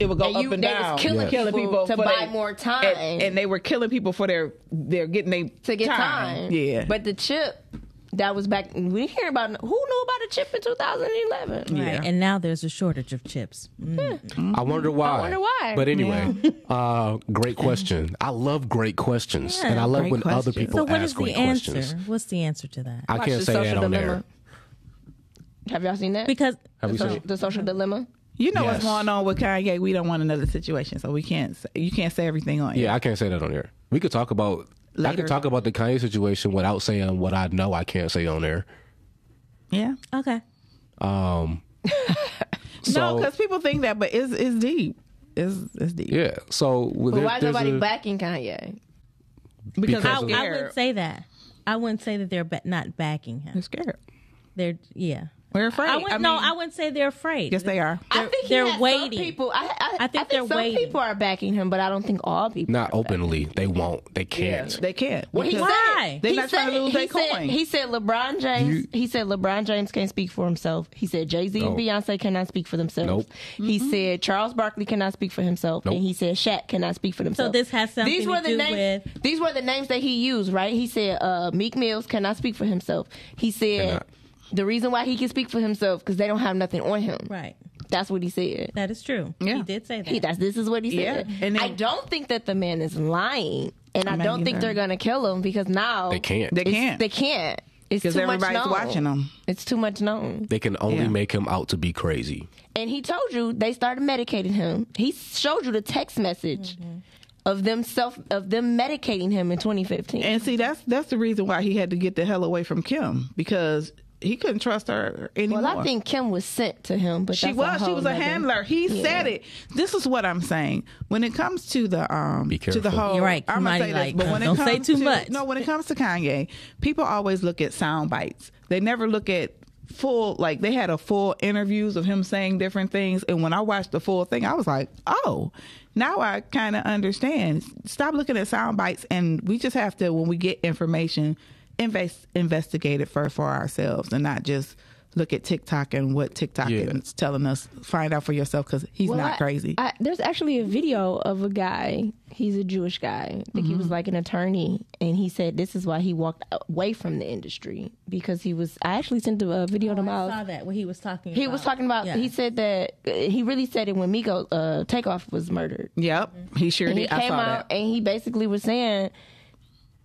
C: it would go
B: And
C: up
B: you-
C: and
B: they was
C: down,
B: killing
C: killing
B: people
C: people
B: to
C: for
B: buy
C: their-
B: more time.
C: and, and they were killing people for their their getting they
B: to get time.
C: Yeah,
B: But the chip that was back. We didn't hear about who knew about a chip in 2011.
D: Right,
C: Yeah.
D: and now there's a shortage of chips. Mm.
B: Hmm.
A: i wonder why
B: Mm-hmm. I wonder why.
A: but anyway uh great question i love great questions and i love
C: Great
A: when other
C: questions.
A: people
D: So what
A: ask
D: is the
A: great
D: answer?
A: questions
D: What's the answer to that?
A: i
B: Watch
A: can't
B: The
A: say that
B: Social
A: on
B: Dilemma.
A: there
B: Have y'all seen that?
D: Because
A: have we
B: So-
A: seen it?
B: the social dilemma.
C: you know
A: Yes.
C: what's going on with Kanye. We don't want another situation, so we can't. say- You can't say everything on air.
A: yeah i can't say that on there we could talk about i
C: Later.
A: could talk about the kanye situation without saying what i know i can't say on there
C: Yeah,
D: okay,
A: so
C: no, because people think that, but it's it's deep. It's it's deep
A: yeah so
B: But why is nobody backing Kanye?
A: Because
C: because they're
D: I,
A: of-
D: I
C: scared.
D: wouldn't say that. I wouldn't say that they're ba- not backing him.
C: they're scared.
D: They're yeah.
C: We're afraid.
D: I wouldn't. no,
C: mean,
D: I wouldn't say they're afraid.
C: yes, they are.
B: I think he
D: they're
B: had some
D: waiting.
B: people, I, I,
D: I
B: I
D: think
B: think,
D: they're
B: some
D: waiting.
B: people are backing him, but I don't think all people.
A: not
B: are backing
A: openly they won't they can't
C: They can't.
B: Well, he
C: because-
D: Why?
B: said
C: They're
B: he
C: not
B: said-
C: trying to lose
B: he
C: their
B: said-
C: coin.
B: He said LeBron James. he said LeBron James can't speak for himself. He said Jay Z
A: Nope.
B: and Beyonce cannot speak for themselves.
A: Nope.
B: He
D: Mm-hmm.
B: said Charles Barkley cannot speak for himself,
A: Nope.
B: and he said Shaq cannot speak for themselves.
D: this has something
B: these were
D: to
B: the
D: do
B: names,
D: with-
B: These were the names that he used. Right? He said uh, Meek Mills cannot speak for himself. He said.
A: Cannot.
B: The reason why he can speak for himself because they don't have nothing on him.
D: Right.
B: That's what he said.
D: That is true.
C: Yeah.
D: He did say that.
B: He, that's this is what he said.
C: Yeah, and
B: I
C: then-
B: don't think that the man is lying, and I
C: Me
B: don't think
C: neither.
B: they're gonna kill him because now
A: they can't
C: They
B: it's-
C: can't.
B: They can't. It's
C: Because
B: too much
C: everybody's
B: known.
C: watching them.
B: It's too much known.
A: they can only
C: Yeah.
A: make him out to be crazy
B: And he told you they started medicating him. He showed you the text message
C: Mm-hmm.
B: of them self of them medicating him in 2015.
C: And see, that's that's the reason why he had to get the hell away from Kim because he couldn't trust her anymore.
B: well, I think Kim was sent to him, but
C: she
B: that's
C: was.
B: A
C: She
B: whole
C: was a
B: nother-
C: handler. He
B: Yeah.
C: said it. This is what I'm saying. When it comes to the um
A: Be
C: to the
A: careful.
C: whole,
D: You're right,
C: I'm gonna
D: Kamani,
C: say this,
D: like,
C: but when it
D: don't
C: comes
D: say too
C: to,
D: much.
C: No, when it comes to Kanye, people always look at sound bites. They never look at full like they had a full interviews of him saying different things and when I watched the full thing I was like, "Oh, now I kind of understand. Stop looking at sound bites and we just have to when we get information invest, investigate it for, for ourselves and not just look at TikTok and what TikTok
A: Yeah.
C: is telling us. Find out for yourself because he's
B: Well,
C: not
B: I-
C: crazy.
B: I, there's actually a video of a guy. He's a Jewish guy. I think he
C: Mm-hmm.
B: was like an attorney, and he said this is why he walked away from the industry because he was. I actually sent a uh, video to
D: Oh, I
B: Miles.
D: saw that what he was talking.
B: He
D: about.
B: was talking about.
D: Yeah.
B: He said that he really said it when Miko uh, Takeoff was murdered.
C: yep, he sure
B: And
C: did.
B: he
C: I
B: came
C: saw
B: out
C: that.
B: and he basically was saying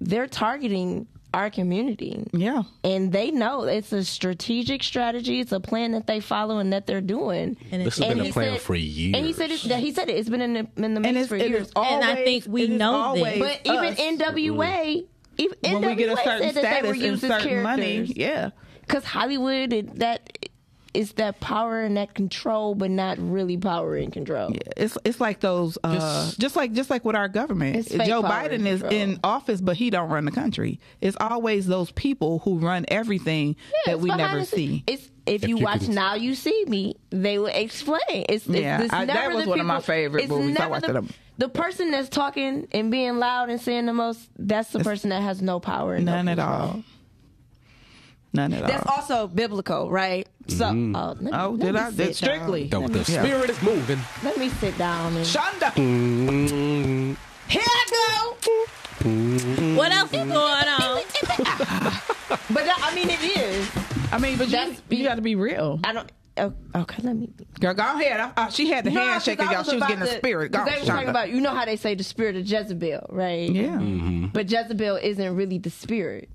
B: they're targeting our community.
C: Yeah.
B: And they know it's a strategic strategy. It's a plan that they follow and that they're doing.
D: And
A: This
D: it's-
A: has been
B: he
A: a plan
B: said-
A: for years.
B: And he said it, that he said it. It's been in the, in the
C: And
B: mix
C: it's
B: for
C: it
B: years.
C: is always,
D: And I think we
C: it is
D: know this.
C: always
B: but even
C: us. Mm-hmm.
B: NWA, even
C: when
B: NWA
C: we get a certain
B: said that they were
C: status and
B: used as
C: certain money,
B: characters
C: yeah.
B: because Hollywood it, that is that power and that control, but not really power and control.
C: It's it's like those uh,
A: Just-
C: just, like just like with our government.
B: It's fake
C: Joe
B: power
C: Biden is
B: control.
C: in office, but he don't run the country. It's always those people who run everything
B: Yeah,
C: that
B: it's
C: we
B: behind
C: never
B: the
C: see.
B: scenes. It's if,
A: If
B: you,
A: you
B: watch
A: can-
B: Now You See Me, they will explain. It's, it's
C: Yeah,
B: it's
C: I- that
B: never
C: was
B: the
C: one of my
B: people-
C: favorite
B: it's
C: movies. I
B: never
C: watched
B: the,
C: it a-
B: the person that's talking and being loud and saying the most. That's the person that has no power. And no
C: None at
B: control.
C: all. None at
B: That's
C: all.
B: also biblical, right? So, oh, let me,
C: Oh,
B: let
C: did
B: me
C: I-
B: sit
C: did-
B: down.
C: strictly.
A: The, the
C: Yeah.
A: spirit is moving.
B: Let me sit down. And,
C: Shonda.
A: Mm-hmm.
B: here I go.
D: What else is going on?
B: But that, I mean, it is.
C: I mean, but you,
B: That's-
C: you got to be real.
B: I don't. oh, Okay, let me.
C: Girl, go ahead. I, I, she had the
B: No, 'cause
C: handshake
B: I
C: y'all. She was
B: about
C: getting the
B: to-
C: spirit. Go
B: 'cause
C: on,
B: They was talking
C: Shonda.
B: about you know how they say the spirit of Jezebel, right?
C: yeah.
B: But Jezebel isn't really the spirit.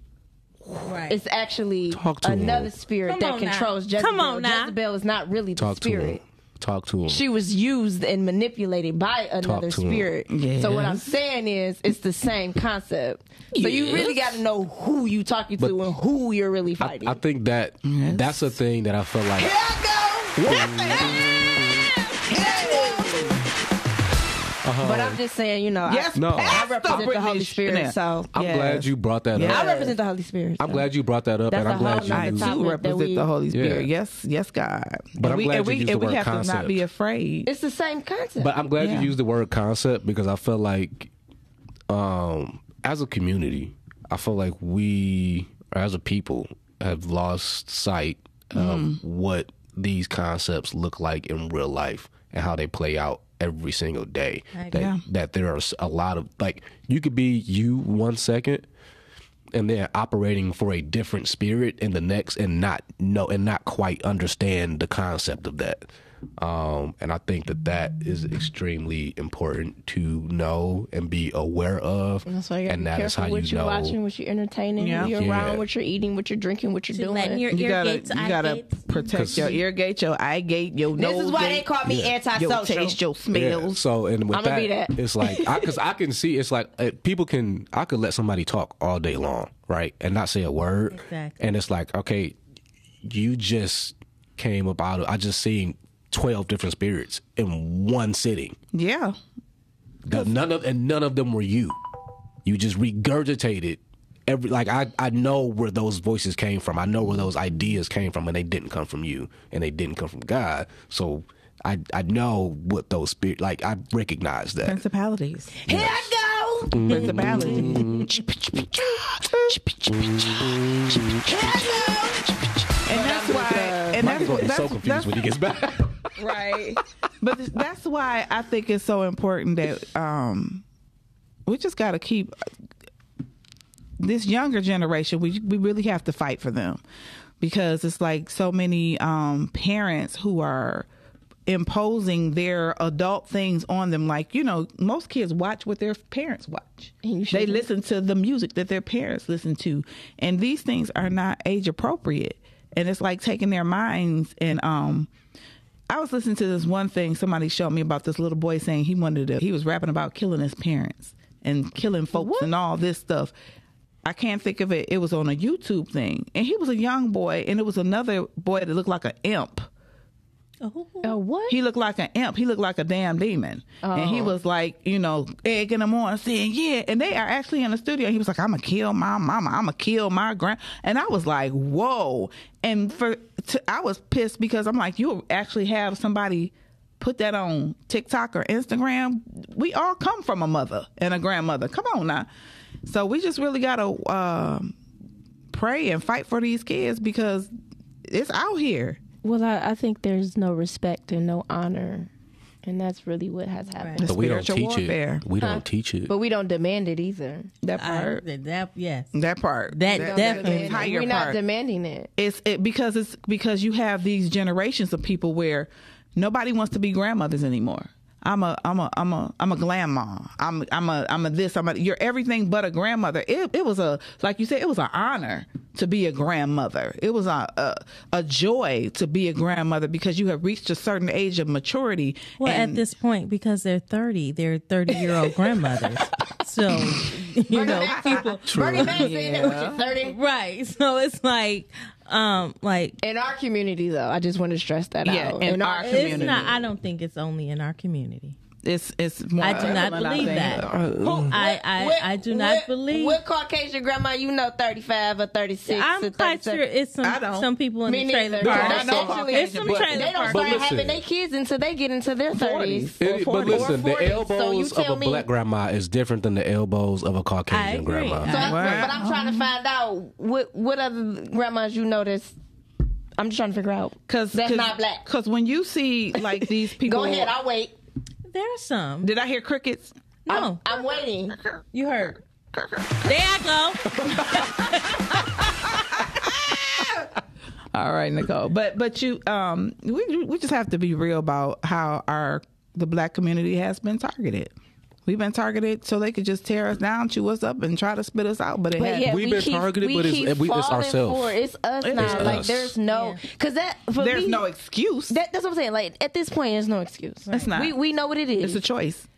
D: Right.
B: It's actually
A: Talk to
B: another
A: him.
B: spirit
D: Come
B: that
D: on now.
B: controls Jezebel.
D: Come on now.
B: Jezebel is not really the
A: Talk to him.
B: spirit.
A: Talk to him.
B: She was used and manipulated by another
A: to him.
B: spirit. So what I'm
C: Yes.
B: saying is, it's the same concept. So you really got to know who you talking to and who you're really
A: I,
B: fighting.
A: I think that that's a thing that I feel like.
C: Here I go. Yes, ma'am.
B: but I'm just saying, you know, I-
C: Yes,
A: No. I
B: I,
C: Pastor
B: represent the Holy
C: Brittany
B: Spirit.
C: Chanel.
B: So
A: I'm
C: Yes.
A: glad you brought that
C: Yeah.
A: up.
B: I represent the Holy Spirit.
A: I'm glad you brought that up,
B: That's
A: and
B: a
A: I'm glad
B: whole nother
C: I
A: you.
B: topic.
C: do
B: that
C: represent
B: we-
C: the Holy
A: Yeah.
C: Spirit. Yes, yes, God.
A: But
C: and
A: I'm
C: we,
A: glad
C: and
A: you
C: we,
A: used the
C: and we
A: word
C: have to
A: concept.
C: not be afraid.
B: It's the same concept.
A: But I'm glad
C: Yeah.
A: you used the word concept because I feel like, um, as a community, I feel like we, as a people, have lost sight of what these concepts look like in real life and how they play out every single day. That,
C: Yeah.
A: that there are s- a lot of like you could be you one second and they're operating for a different spirit in the next and not know and not quite understand the concept of that um, and i think that that is extremely important to know and be aware of
B: That's why you gotta
A: and
B: be
A: that is
B: careful
A: how
B: what
A: you
B: are
A: know
B: watching, what you're entertaining,
C: Yeah.
B: who you're
A: Yeah.
B: around, what you're eating, what you're drinking, what you're
D: To
B: doing.
D: letting your
C: You
D: ear
C: gotta,
D: gates,
C: you
D: eye
C: gotta
D: gates.
A: Because-
C: protect your ear gate, your eye gate, your
B: this
C: nose.
B: is why
C: gate,
B: they call me
C: your
B: antisocial.
C: taste, your
A: yeah,
C: smells.
A: so and with
B: I'ma
A: that,
B: be that.
A: it's like because I, can see it's like uh, people can I could let somebody talk all day long, right, and not say a word,
D: Exactly.
A: and it's like okay, you just came up out of I just seen twelve different spirits in one sitting.
C: Yeah,
A: The- none of and none of them were you. You just regurgitated every like I I know where those voices came from. I know where those ideas came from, and they didn't come from you, and they didn't come from God. So I I know what those spirit like I recognize that.
C: principalities.
B: Here I go.
C: Mm-hmm. Principalities.
B: Here I go.
C: And that's why. And that's
A: Mike's gonna
C: what.
A: be so
C: That's,
A: confused
C: that's
A: when he gets back.
C: right. But th- that's why I think it's so important that um, we just got to keep this younger generation. We we really have to fight for them because it's like so many um, parents who are imposing their adult things on them. Like you know, most kids watch what their parents watch.
B: And you
C: They
B: shouldn't.
C: listen to the music that their parents listen to, and these things are not age appropriate. And it's like taking their minds and um, I was listening to this one thing somebody showed me about this little boy saying he wanted to, he was rapping about killing his parents and killing folks and all this stuff. I can't think of it. It was on a YouTube thing. And he was a young boy, and it was another boy that looked like an imp.
B: Uh, what?
C: He looked like an imp. He looked like a damn demon. And he was like, you know, egging them on, saying, yeah. And they are actually in the studio. He was like, I'm going to kill my mama. I'm going to kill my grand. And I was like, whoa. And for, t- I was pissed because I'm like, you actually have somebody put that on TikTok or Instagram. We all come from a mother and a grandmother. Come on now. So we just really got to, um, pray and fight for these kids because it's out here.
E: Well, I, I think there's no respect and no honor, and that's really what has happened.
C: The
A: But we don't
C: spiritual
A: teach
C: warfare.
A: it. We don't teach it.
E: But we don't demand it either.
C: That
D: I,
C: part.
D: that yes.
C: that part.
D: That definitely-
C: entire
E: We're
C: part.
E: not demanding it.
C: it's it, because it's because you have these generations of people where nobody wants to be grandmothers anymore. I'm a I'm a I'm a I'm a grandma. I'm I'm a I'm a this. I'm a you're everything but a grandmother. It it was a like you said it was an honor to be a grandmother. It was a a, a joy to be a grandmother because you have reached a certain age of maturity.
D: Well,
C: and
D: at this point, because they're thirty, they're thirty-year-old grandmothers. So you know, people
B: Bernie Mac saying that when you're 30.
D: right? So it's like, um, like
E: In our community, though, I just want to stress that
C: Yeah,
E: out.
C: in our
D: it's
C: community,
D: not. I don't think it's only in our community.
C: it's it's more.
D: I do not
C: prevalent, I
D: believe
C: think.
D: that. I I, I do not
B: what-
D: believe.
B: What Caucasian grandma you know 35 or 36 or
D: I'm quite
B: 37?
D: sure it's
C: I
D: some
C: don't.
D: some people in
B: Me
D: the trailer
B: neither.
D: park.
C: Right, I know
B: Essentially,
D: It's some
C: But-
D: trailer
B: They don't
D: park.
A: But
B: start
A: listen.
B: having their kids until they get into their 30s.
A: It-
B: or
A: but
B: 40s,
A: listen,
B: or 40s.
A: the
B: So you
A: elbows of
B: tell
A: a
B: me-
A: black grandma is different than the elbows of a
D: I
A: Caucasian
D: agree.
A: grandma.
D: I-
B: So that's what-
C: Wow.
B: but I'm trying to find out what what other grandmas you know that's. I'm just trying to figure out.
C: Cause,
B: that's
C: cause,
B: not black.
C: 'cause when you see like these people,
B: Go ahead, I'll wait.
D: There are some.
C: did I hear crickets?
D: No,
B: I'm waiting.
D: you heard. There I go.
C: All right, Nicole. But but you um we we just have to be real about how our the black community has been targeted. We've been targeted so they could just tear us down, chew us up, and try to spit us out. But it
B: But
C: has
B: yeah,
A: We've
B: we
A: been
B: keep,
A: targeted,
B: we
A: but it's-
B: keep
A: we- it's
B: falling
A: ourselves.
B: For. it. It's us
C: It
B: now.
C: is
B: Like
A: us.
B: there's no because that for
C: there's
B: me,
C: no excuse.
B: That, that's what I'm saying. Like at this point, there's no excuse.
C: It's not.
B: We we know what it
C: it's
B: is.
C: a choice.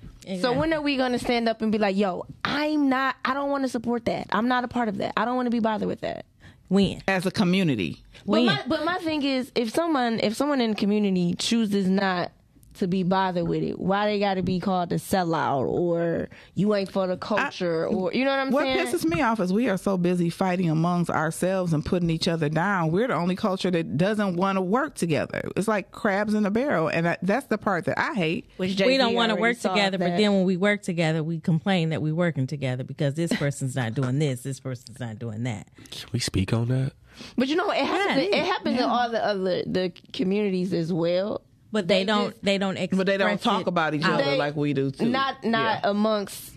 B: so when are we going to stand up and be like, "Yo, I'm not. I don't want to support that. I'm not a part of that. I don't want to be bothered with that."
D: When
C: As a community.
B: But
D: when
B: my, but my thing is, if someone if someone in the community chooses not to be bothered with it, why they got to be called a sellout or you ain't for the culture or you know what I'm
C: What
B: saying?
C: pisses me off is we are so busy fighting amongst ourselves and putting each other down. We're the only culture that doesn't want to work together. It's like crabs in a barrel, and that, that's the part that I hate.
B: Which
D: we
B: Jay-Z
D: don't want to
B: already
D: work
B: solved
D: together, but
B: that.
D: then when we work together, we complain that we're working together because this person's not doing this, this person's not doing that.
A: Can we speak on that?
B: but you know what? it happens it happens in all the other the communities as well.
D: But they,
B: They
D: don't.
B: just-
D: they don't. Express
C: But they don't talk
D: it
C: about each
D: out.
C: other
B: They-
C: like we do. Too.
B: Not not amongst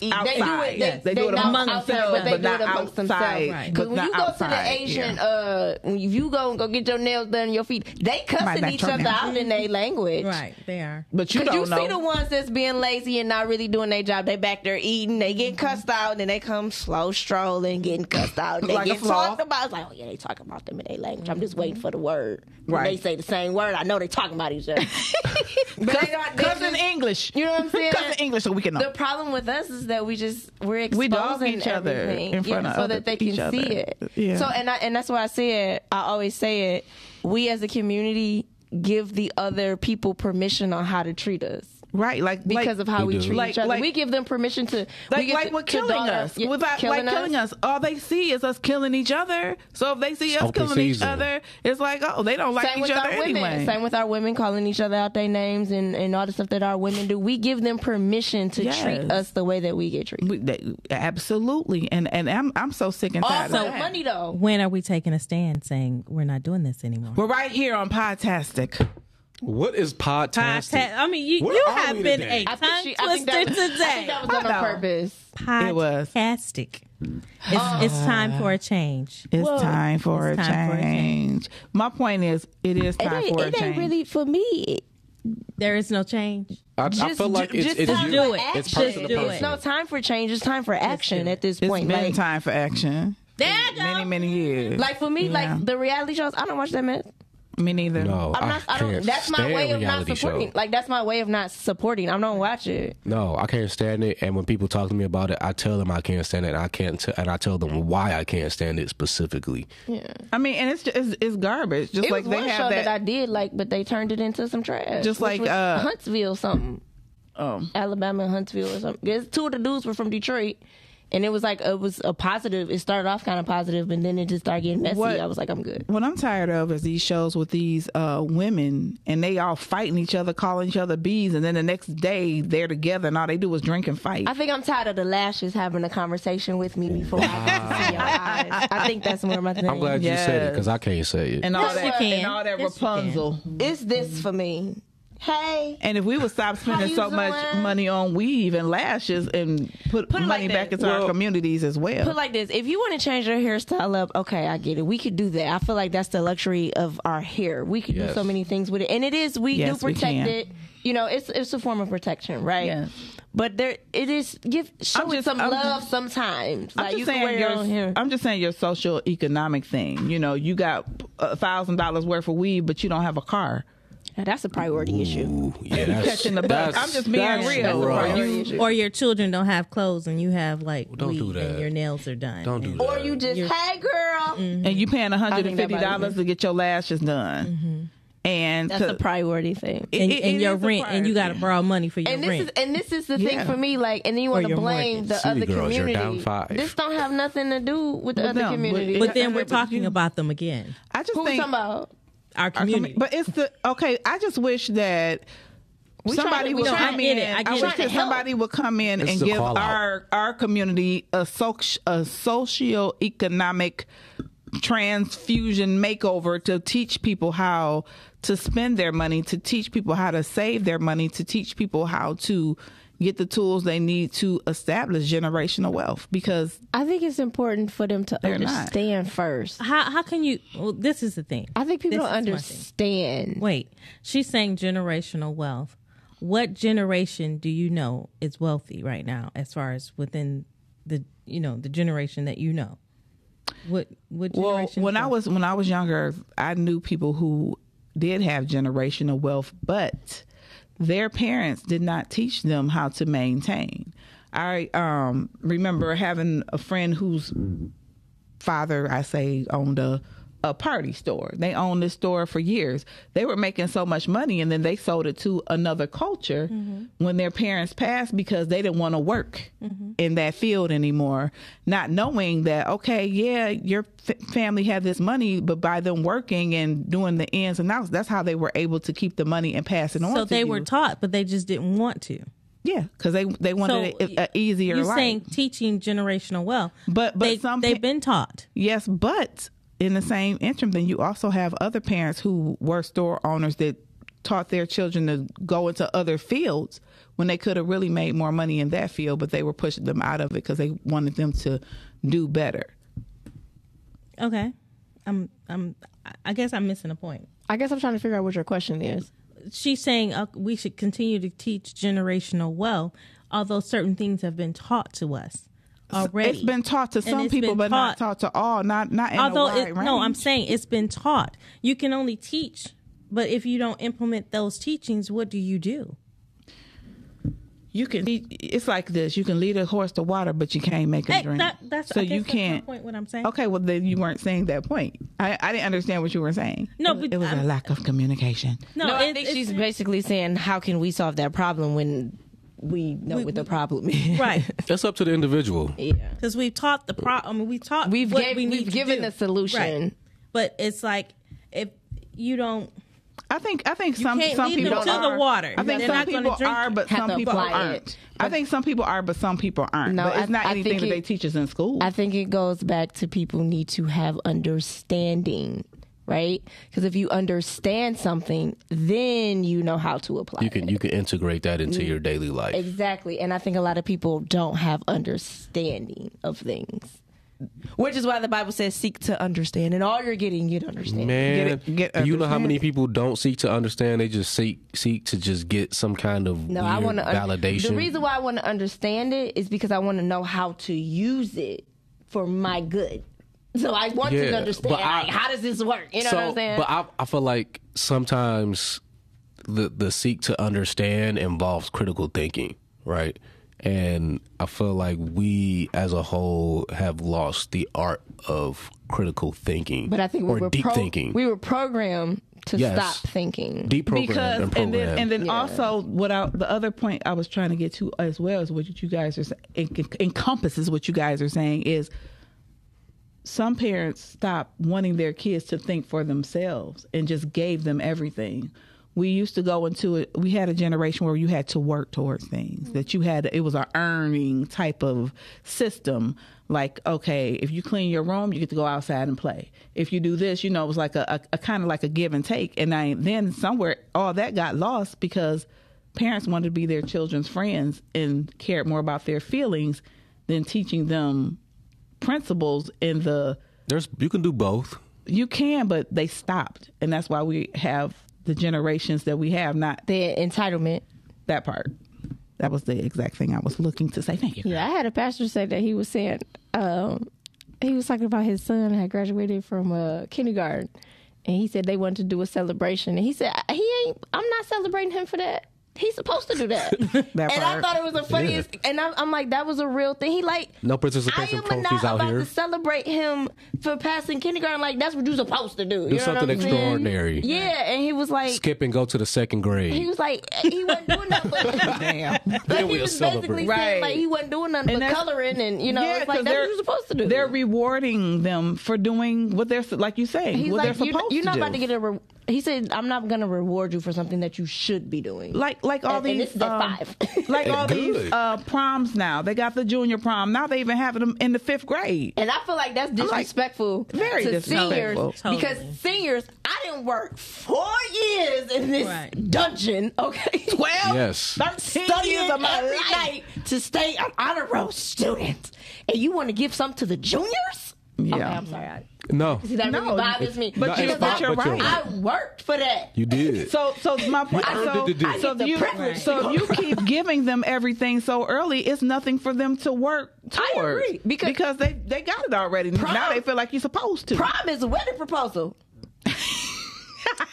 B: e,
C: they
B: They do it. They, they, do it
C: amongst themselves,
B: but they
C: but
B: do
C: not
B: it amongst
C: outside.
B: themselves.
C: Right.
B: Because
C: But
B: when
C: not
B: you go to
C: outside,
B: the Asian, uh, when you- if you go and go get your nails done, and your feet, they cussing
C: not
B: each
C: your
B: other
C: nails.
B: out in their language.
D: Right. They are.
C: But you
B: Cause
C: don't
B: you
C: know.
B: see the ones that's being lazy and not really doing their job. They back there eating. They get cussed out, and then they come slow strolling, getting cussed out. And they
C: Like a
B: get
C: flaw.
B: talked about. It's like, oh yeah, they talking about them in their language. I'm just waiting for the word. When They
C: Right.
B: say the same word. I know they talking about each other. but they not- they
C: cousin
B: just-
C: English.
B: You know what I'm saying?
C: Cousin English, so we can know.
B: The problem with us is that we just we're exposing
C: We dog each other
B: everything,
C: in front
B: yeah,
C: of
B: so
C: other-
B: that they
C: each
B: can
C: other.
B: see it.
C: Yeah.
B: So and I, and that's why I say it. I always say it. We as a community give the other people permission on how to treat us
C: right, like
B: because
C: like,
B: of how
A: We
B: we,
A: do.
B: treat
C: Like-
B: each other.
C: like-
B: we give them permission to we
C: like
B: give
C: like
B: to-
C: what
B: to
C: killing
B: dog
C: us
B: yeah,
C: without
B: killing
C: like
B: us.
C: killing us. All they see is us killing each other. So if they see us
A: open
C: killing each
A: season.
C: other, it's like oh they don't like
B: Same with
C: each other
B: our women.
C: anyway.
B: Same with our women calling each other out their names and, and all the stuff that our women do. We give them permission to
C: Yes.
B: treat us the way that we get treated.
C: We- they- absolutely, and and I'm I'm so sick and tired.
B: Also,
C: of that.
B: money though.
D: When are we taking a stand saying we're not doing this anymore?
C: We're right here on Podtastic.
A: What is podcasting?
D: I mean, you,
A: Where
D: you
A: are
D: have
A: we
D: been
A: today?
D: a
A: I
B: I think
D: tongue
B: she- I think
D: twister
B: that was- I think
D: today.
B: that was on
C: Hold on.
B: purpose.
C: It was.
D: Fantastic. It's,
B: Oh.
D: it's time for a change.
C: It's time for
D: It's
C: a
D: time for a change.
C: change. My point is, it is
B: it
C: time
B: ain't,
C: for
B: it
C: a
B: ain't
C: change.
B: really for me.
D: There is no change.
A: I, I feel like it's, it's
D: just
A: you-
D: do it.
A: It's
D: Just
A: person to
D: do it.
B: It's
A: person.
B: no time for change. It's time for action
D: do it.
B: at this
C: It's
B: point.
C: been
B: like,
C: time for action.
D: There I go.
C: Many many years.
B: like for me,
C: Yeah.
B: like the reality shows, I don't watch that mess.
C: Me neither.
A: No,
B: I'm not. I,
A: can't
B: don't. That's my
A: stand
B: way of not
A: reality
B: supporting.
A: shows.
B: Like that's my way of not supporting. I don't watch it.
A: No, I can't stand it. And when people talk to me about it, I tell them I can't stand it. And I can't, t- and I tell them why I can't stand it specifically.
C: I mean, and it's just, it's, it's garbage. Just
B: It
C: like
B: was
C: they
B: one show
C: have
B: that,
C: that.
B: I did like, but they turned it into some trash.
C: Just
B: which
C: like,
B: was
C: uh,
B: Huntsville, something
C: um,
B: Alabama, and Huntsville, or something. 'Cause Two of the dudes were from Detroit, And it was like it was a positive. It started off kind of positive, and then it just started getting messy.
C: What-
B: I was like, I'm good.
C: what I'm tired of is these shows with these uh, women and they all fighting each other, calling each other bees, and then the next day they're together and all they do is drink and fight.
B: I think I'm tired of the lashes having a conversation with me before I can see your eyes. I think that's where my thing.
A: I'm glad you said it
C: Yes.
A: because I can't say it.
C: and all
D: Yes, you
C: that,
D: can.
C: and all that
D: Yes, you can.
C: Rapunzel.
B: is this for me? Hey,
C: And if we would stop spending
B: you
C: so much
B: doing?
C: money on weave and lashes and put,
B: Put it
C: money
B: like
C: back
B: that.
C: into our
A: Well-
C: communities as well.
B: put it like this: if you want to change your hairstyle up, okay, I get it. We could do that. I feel like that's the luxury of our hair. We could do
A: Yes.
B: so many things with it, and it is we
C: Yes,
B: do
C: we
B: protect
C: can.
B: it. You know, it's it's a form of protection, right?
C: Yes.
B: But there, it is give show it
C: just-
B: some
C: I'm just-
B: love sometimes.
C: I'm
B: like
C: just
B: you can wear
C: saying
B: your own hair.
C: your, I'm just saying your social economic thing. You know, you got a thousand dollars worth of weave, but you don't have a car.
B: that's a priority issue.
A: Ooh, yeah, that's,
C: Catching the bus.
A: that's-
C: I'm just being
A: that's
C: real.
A: rough.
C: Or you-
D: Or your children don't have clothes and you have like
A: don't
D: weave
A: do that.
D: and your nails are done.
A: Don't do that.
B: Or you just, hey girl,
C: and you paying hundred and
B: think that
C: fifty
B: about
C: dollars to get your lashes done, and
B: that's
C: to-
B: a priority thing.
C: it-
D: And,
C: it-
D: and
C: it
D: your
C: is a
D: rent and you got to
C: priority.
D: borrow money for your
B: and this
D: rent.
B: is and this is the
C: Yeah.
B: thing for me. Like, and then you want to
D: your
B: blame
D: mortgage.
B: the
A: City
B: other
A: girls, you're
B: community.
A: down five.
B: This don't have nothing to do with the
C: With
B: other
C: them, with-
B: community.
C: with
D: but then we're
C: But you-
D: talking about them again.
C: I just
B: Who we
C: think
B: talking about?
D: Our
C: our commu-
D: community.
C: but it's the okay. I just wish that. somebody
B: trying to-
C: would
B: we
C: come
B: trying-
D: I
C: in.
D: get it, I get
C: wish
D: it.
C: that
B: Trying to help.
C: somebody would come in
A: This
C: and
A: is a
C: give
A: call out.
C: our our community a soc- a socioeconomic transfusion makeover to teach people how to spend their money, to teach people how to save their money, to teach people how to get the tools they need to establish generational wealth because
F: I think it's important for them to
C: not.
F: understand first.
D: how how can you? Well, this is the thing.
F: I think people
D: This
F: don't
D: is my thing.
F: understand.
D: Wait, she's saying generational wealth. What generation do you know is wealthy right now, as far as within the you know the generation that you know? What what
C: Well,
D: generation?
C: when I
D: is
C: was
D: wealthy?
C: when I was younger, I knew people who did have generational wealth, but their parents did not teach them how to maintain. I um, remember having a friend whose father, I say, owned a a party store. They owned this store for years. They were making so much money, and then they sold it to another culture
D: Mm-hmm.
C: when their parents passed because they didn't want to work in that field anymore. Not knowing that, okay, yeah, your f- family had this money, but by them working and doing the ins and outs, that's how they were able to keep the money and pass it on.
D: so
C: to
D: they were
C: you.
D: taught, but they just didn't want to.
C: yeah, because they they wanted
D: so
C: an easier
D: You're
C: life.
D: saying teaching generational wealth,
C: But- but
D: they,
C: some
D: they've
C: pa-
D: been taught.
C: Yes, but in the same interim, then you also have other parents who were store owners that taught their children to go into other fields when they could have really made more money in that field, but they were pushing them out of it because they wanted them to do better.
D: Okay, I'm I'm I guess I'm missing a point.
F: I guess I'm trying to figure out what your question is.
D: she's saying uh, we should continue to teach generational wealth, although certain things have been taught to us already.
C: It's been taught to
D: And
C: some
D: it's been
C: people, but not taught to all. Not not in
D: although
C: a wide
D: it,
C: range.
D: no, I'm saying it's been taught. You can only teach, but if you don't implement those teachings, what do you do?
C: you can. It's like this: you can lead a horse to water, but you can't make him
D: Hey,
C: drink.
D: that, that's
C: so
D: I
C: you
D: guess that's my
C: can't.
D: point. What I'm saying.
C: Okay, well then you weren't saying that point. I, I didn't understand what you were saying.
D: No,
C: it,
D: but
C: it was a
D: I'm-
C: lack of communication.
B: No, I
D: it-
B: think
D: it's-
B: she's basically saying, how can we solve that problem when we know what the problem is?
D: right
A: That's up to the individual.
B: yeah.
D: because we've taught the problem. I mean, we taught
B: We've
D: what
B: gave-
D: we need
B: we've
D: to
B: given
D: do.
B: the solution.
D: Right. But it's like if you don't.
C: I think I think some
D: can't
C: some
D: lead them
C: people
D: to the
C: are,
D: water.
C: I think
D: They're
C: some
D: not gonna
C: people
D: drink
C: are,
D: it.
C: but
B: Have
C: some
B: to
C: people
B: apply
C: aren't.
B: it.
C: I think some people are, but some people aren't.
B: No,
C: but it's
B: I-
C: not
B: I
C: anything
B: think
C: that they
B: it-
C: teach us in school.
B: I think it goes back to people need to have understanding, right? Because if you understand something, then you know how to apply
A: You can
B: it.
A: you can integrate that into your daily life.
B: Exactly. And I think a lot of people don't have understanding of things. Which is why the Bible says seek to understand and all you're getting you'd understand.
A: Man,
C: Get it- get
A: do you know how many people don't seek to understand? They just seek seek to just get some kind of
B: No,
A: weird
B: I want to
A: validation.
B: The reason why I want to understand it is because I want to know how to use it for my good. So I want
A: Yeah,
B: to understand
A: but I-
B: like, how does this work? You know what I'm saying?
A: But I, I feel like sometimes the the seek to understand involves critical thinking, right? And I feel like we as a whole have lost the art of critical thinking
B: But I think we
A: or
B: were
A: deep
B: pro-
A: thinking.
B: We were programmed to
A: Yes.
B: stop thinking.
A: deprogrammed
C: because
A: and
C: and,
A: programmed.
C: then and then
B: Yeah.
C: also what I, the other point I was trying to get to as well is what you guys are sa- en- encompasses what you guys are saying is some parents stopped wanting their kids to think for themselves and just gave them everything. We used to go into it. We had a generation where you had to work towards things. That you had it was an earning type of system. Like okay, if you clean your room, you get to go outside and play. If you do this, you know, it was like a, a, a kind of like a give and take. And I then somewhere all that got lost because parents wanted to be their children's friends and cared more about their feelings than teaching them principles in the
A: There's you can do both.
C: you can but they stopped and that's why we have the generations that we have not
B: The entitlement.
C: that part that was the exact thing i was looking to say thank you
G: Yeah, I had a pastor say that he was saying um, he was talking about his son had graduated from uh, kindergarten, and he said they wanted to do a celebration, and he said "I- he ain't. I'm not celebrating him for that. He's supposed to do that. and I
C: part.
B: thought it was the funniest. And I'm, I'm like, that was a real thing. He like,
A: No
B: I
A: participation
B: am not
A: trophies out
B: about
A: here.
B: to celebrate him for passing kindergarten. Like that's what you're supposed to do. you know
A: do
B: what
A: something
B: I'm saying?
A: extraordinary.
B: Yeah, and he was like,
A: Skip and go to the second grade.
B: he was like, he wasn't doing nothing. But,
C: Damn.
B: but
A: we'll
B: he was
A: celebrate.
B: basically saying like
C: Right.
B: he wasn't doing nothing
C: And
B: but
C: that's-
B: coloring, and you know, it's like that's
C: 'cause they're-
B: what you're supposed to do.
C: They're rewarding them for doing what they're like. You say
B: He's
C: what
B: like,
C: they're
B: you're,
C: supposed
B: you're not about
C: do.
B: to get a. Re- he said, I'm not going to reward you for something that you should be doing.
C: like like all
B: And-
C: these
B: and this is at
C: um,
B: five.
C: like all
A: Good.
C: these uh, proms now. They got the junior prom now. They even have them in the fifth grade.
B: And I feel like that's disrespectful
C: very
B: to
C: disrespectful.
B: seniors
D: Totally.
B: because seniors, I didn't work four years in this
D: Right.
B: dungeon, okay? 12,
A: Yes.
B: 13
C: Studying
B: years of my
C: every
B: life night to stay an honor roll student. And you want to give something to the juniors?
C: Yeah.
B: Okay, I'm sorry. I,
A: no,
B: see, that
C: No,
B: really bothers me.
C: but
A: you-
B: Because
A: but
B: I-
A: you're right.
B: I worked for that.
A: you did.
C: So, so my point.
A: I
C: So,
A: did the do.
C: so
B: I get the
C: you,
B: privilege
C: so
B: to
C: you keep giving them everything so early. It's nothing for them to work
B: I
C: towards
B: agree, because-
C: they they got it already. now they feel like you're supposed to.
B: Prom is a wedding proposal.
D: That's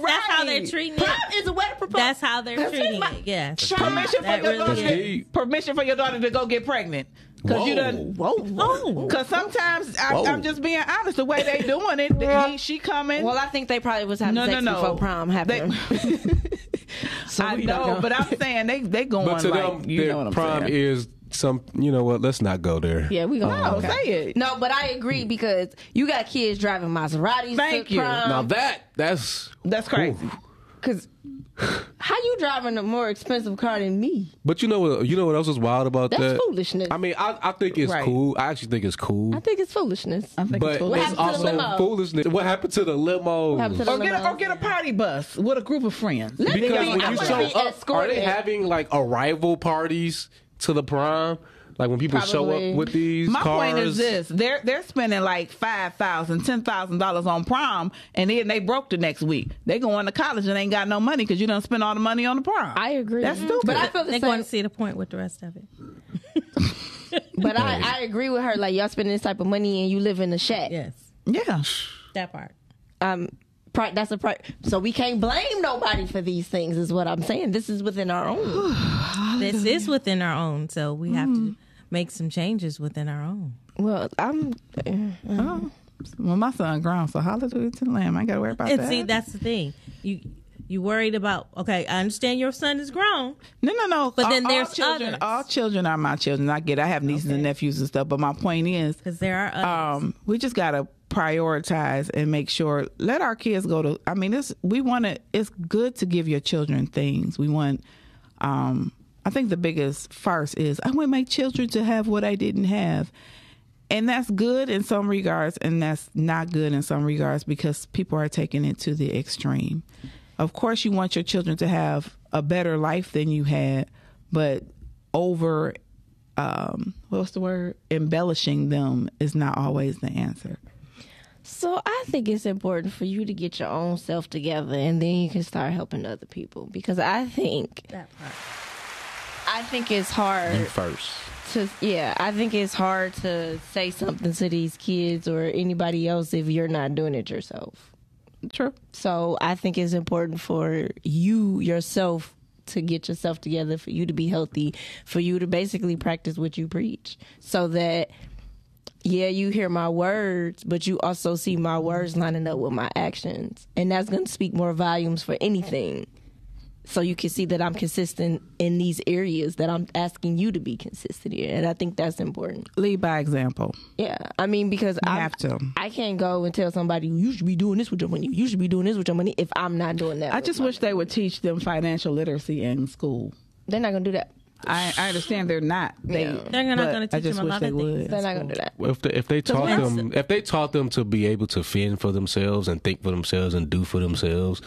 D: that's how they're
C: Right.
D: treating
B: Prom
D: it.
B: is a wedding proposal.
D: That's how they're
B: That's
D: treating
B: my-
D: it. Yes.
B: Child,
C: permission for
D: That
C: your
D: really
C: daughter.
A: is.
C: Permission for your daughter to go get pregnant. Cause you
A: Whoa.
C: done.
B: Whoa, whoa.
C: Cause sometimes I,
A: Whoa.
C: I'm just being honest. The way they doing it, that he, she coming.
B: Well, I think they probably was having
C: Oh. No, no,
B: sex
C: no.
B: before prom happened. so
C: I
B: we don't
C: know, but I'm saying they they going
A: but to
C: like
A: them,
C: you know what
A: their
C: I'm
A: prime
C: saying.
A: is some. You know what? Let's not go there.
G: yeah, we gonna
C: No,
G: okay.
C: Oh, say it.
B: No, but I agree because you got kids driving Maseratis
C: Thank
B: to
C: you.
A: Now
B: prom.
A: that that's
C: That's crazy.
B: Because how you driving a more expensive car than me?
A: But you know what? You know what else is wild about
B: That's
A: that?
B: foolishness.
A: I mean, I, I think it's
C: Right.
A: cool. I actually think it's cool.
G: I think it's foolishness.
C: I think
A: but
C: it's cool.
A: it's
B: happened to the
A: also
B: limo?
A: foolishness. What happened to the limo?
G: happened to the
C: or get a, or get a party bus with a group of friends.
A: because
B: be-
A: when
B: I
A: you
B: wanna
A: show
B: be
A: up, are
B: escorted.
A: they having like arrival parties to the prom? Like when people show
B: Probably.
A: up with these
C: My
A: cars?
C: point is this: they're they're spending like five thousand, ten thousand dollars on prom, and then they broke the next week. They going to college and ain't got no money because you don't spend all the money on the prom.
G: I agree.
C: That's stupid.
B: But I feel the
D: They're
B: same.
D: going to see the point with the rest of it.
B: but I, I agree with her. Like y'all spending this type of money and you live in a shack.
D: Yes.
C: yeah,
D: That part.
B: Um, pri- that's a pri- so we can't blame nobody for these things. Is what I'm saying. This is within our own.
D: This is within our own, so we have to make some changes within our own.
G: well, I'm. uh,
C: Oh. Well, my son grown, so hallelujah to the lamb. I ain't gotta worry about
D: And
C: that.
D: see, that's the thing. You you worried about? Okay, I understand your son is grown.
C: no, no, no.
D: But then
C: all,
D: there's
C: all children,
D: others.
C: All children are my children. I get. I have nieces and nephews and stuff. But my point is,
D: Because there are others.
C: um, we just gotta prioritize and make sure let our kids go to i mean this we want to it's good to give your children things we want um i think the biggest farce is i want my children to have what i didn't have and that's good in some regards and that's not good in some regards because people are taking it to the extreme of course you want your children to have a better life than you had but over um what's the word embellishing them is not always the answer
G: So I think it's important for you to get your own self together, and then you can start helping other people. Because I think
D: that part.
G: I think it's hard.
A: You first.
G: to yeah i think it's hard to say something to these kids or anybody else if you're not doing it yourself
C: true
G: so i think it's important for you yourself
B: to get yourself together, for you to be healthy, for you to basically practice what you preach, so that yeah, you hear my words, but you also see my words lining up with my actions, and that's going to speak more volumes for anything. So you can see that I'm consistent in these areas that I'm asking you to be consistent in, and I think that's important.
C: Lead by example.
B: Yeah, I mean because I
C: have to.
B: I can't go and tell somebody you should be doing this with your money. You should be doing this with your money. If I'm not doing that,
C: I
B: with
C: just
B: my-
C: wish they would teach them financial literacy in school.
B: they're not gonna do that.
C: I, I understand they're not. They,
B: Yeah.
D: They're not
C: but
D: gonna teach
C: I just
D: them a
C: wish
D: lot
C: they
D: of
C: would.
D: things.
B: They're not gonna do that.
A: Well, If they, if they taught
D: what's-
A: them if they taught them to be able to fend for themselves and think for themselves and do for themselves,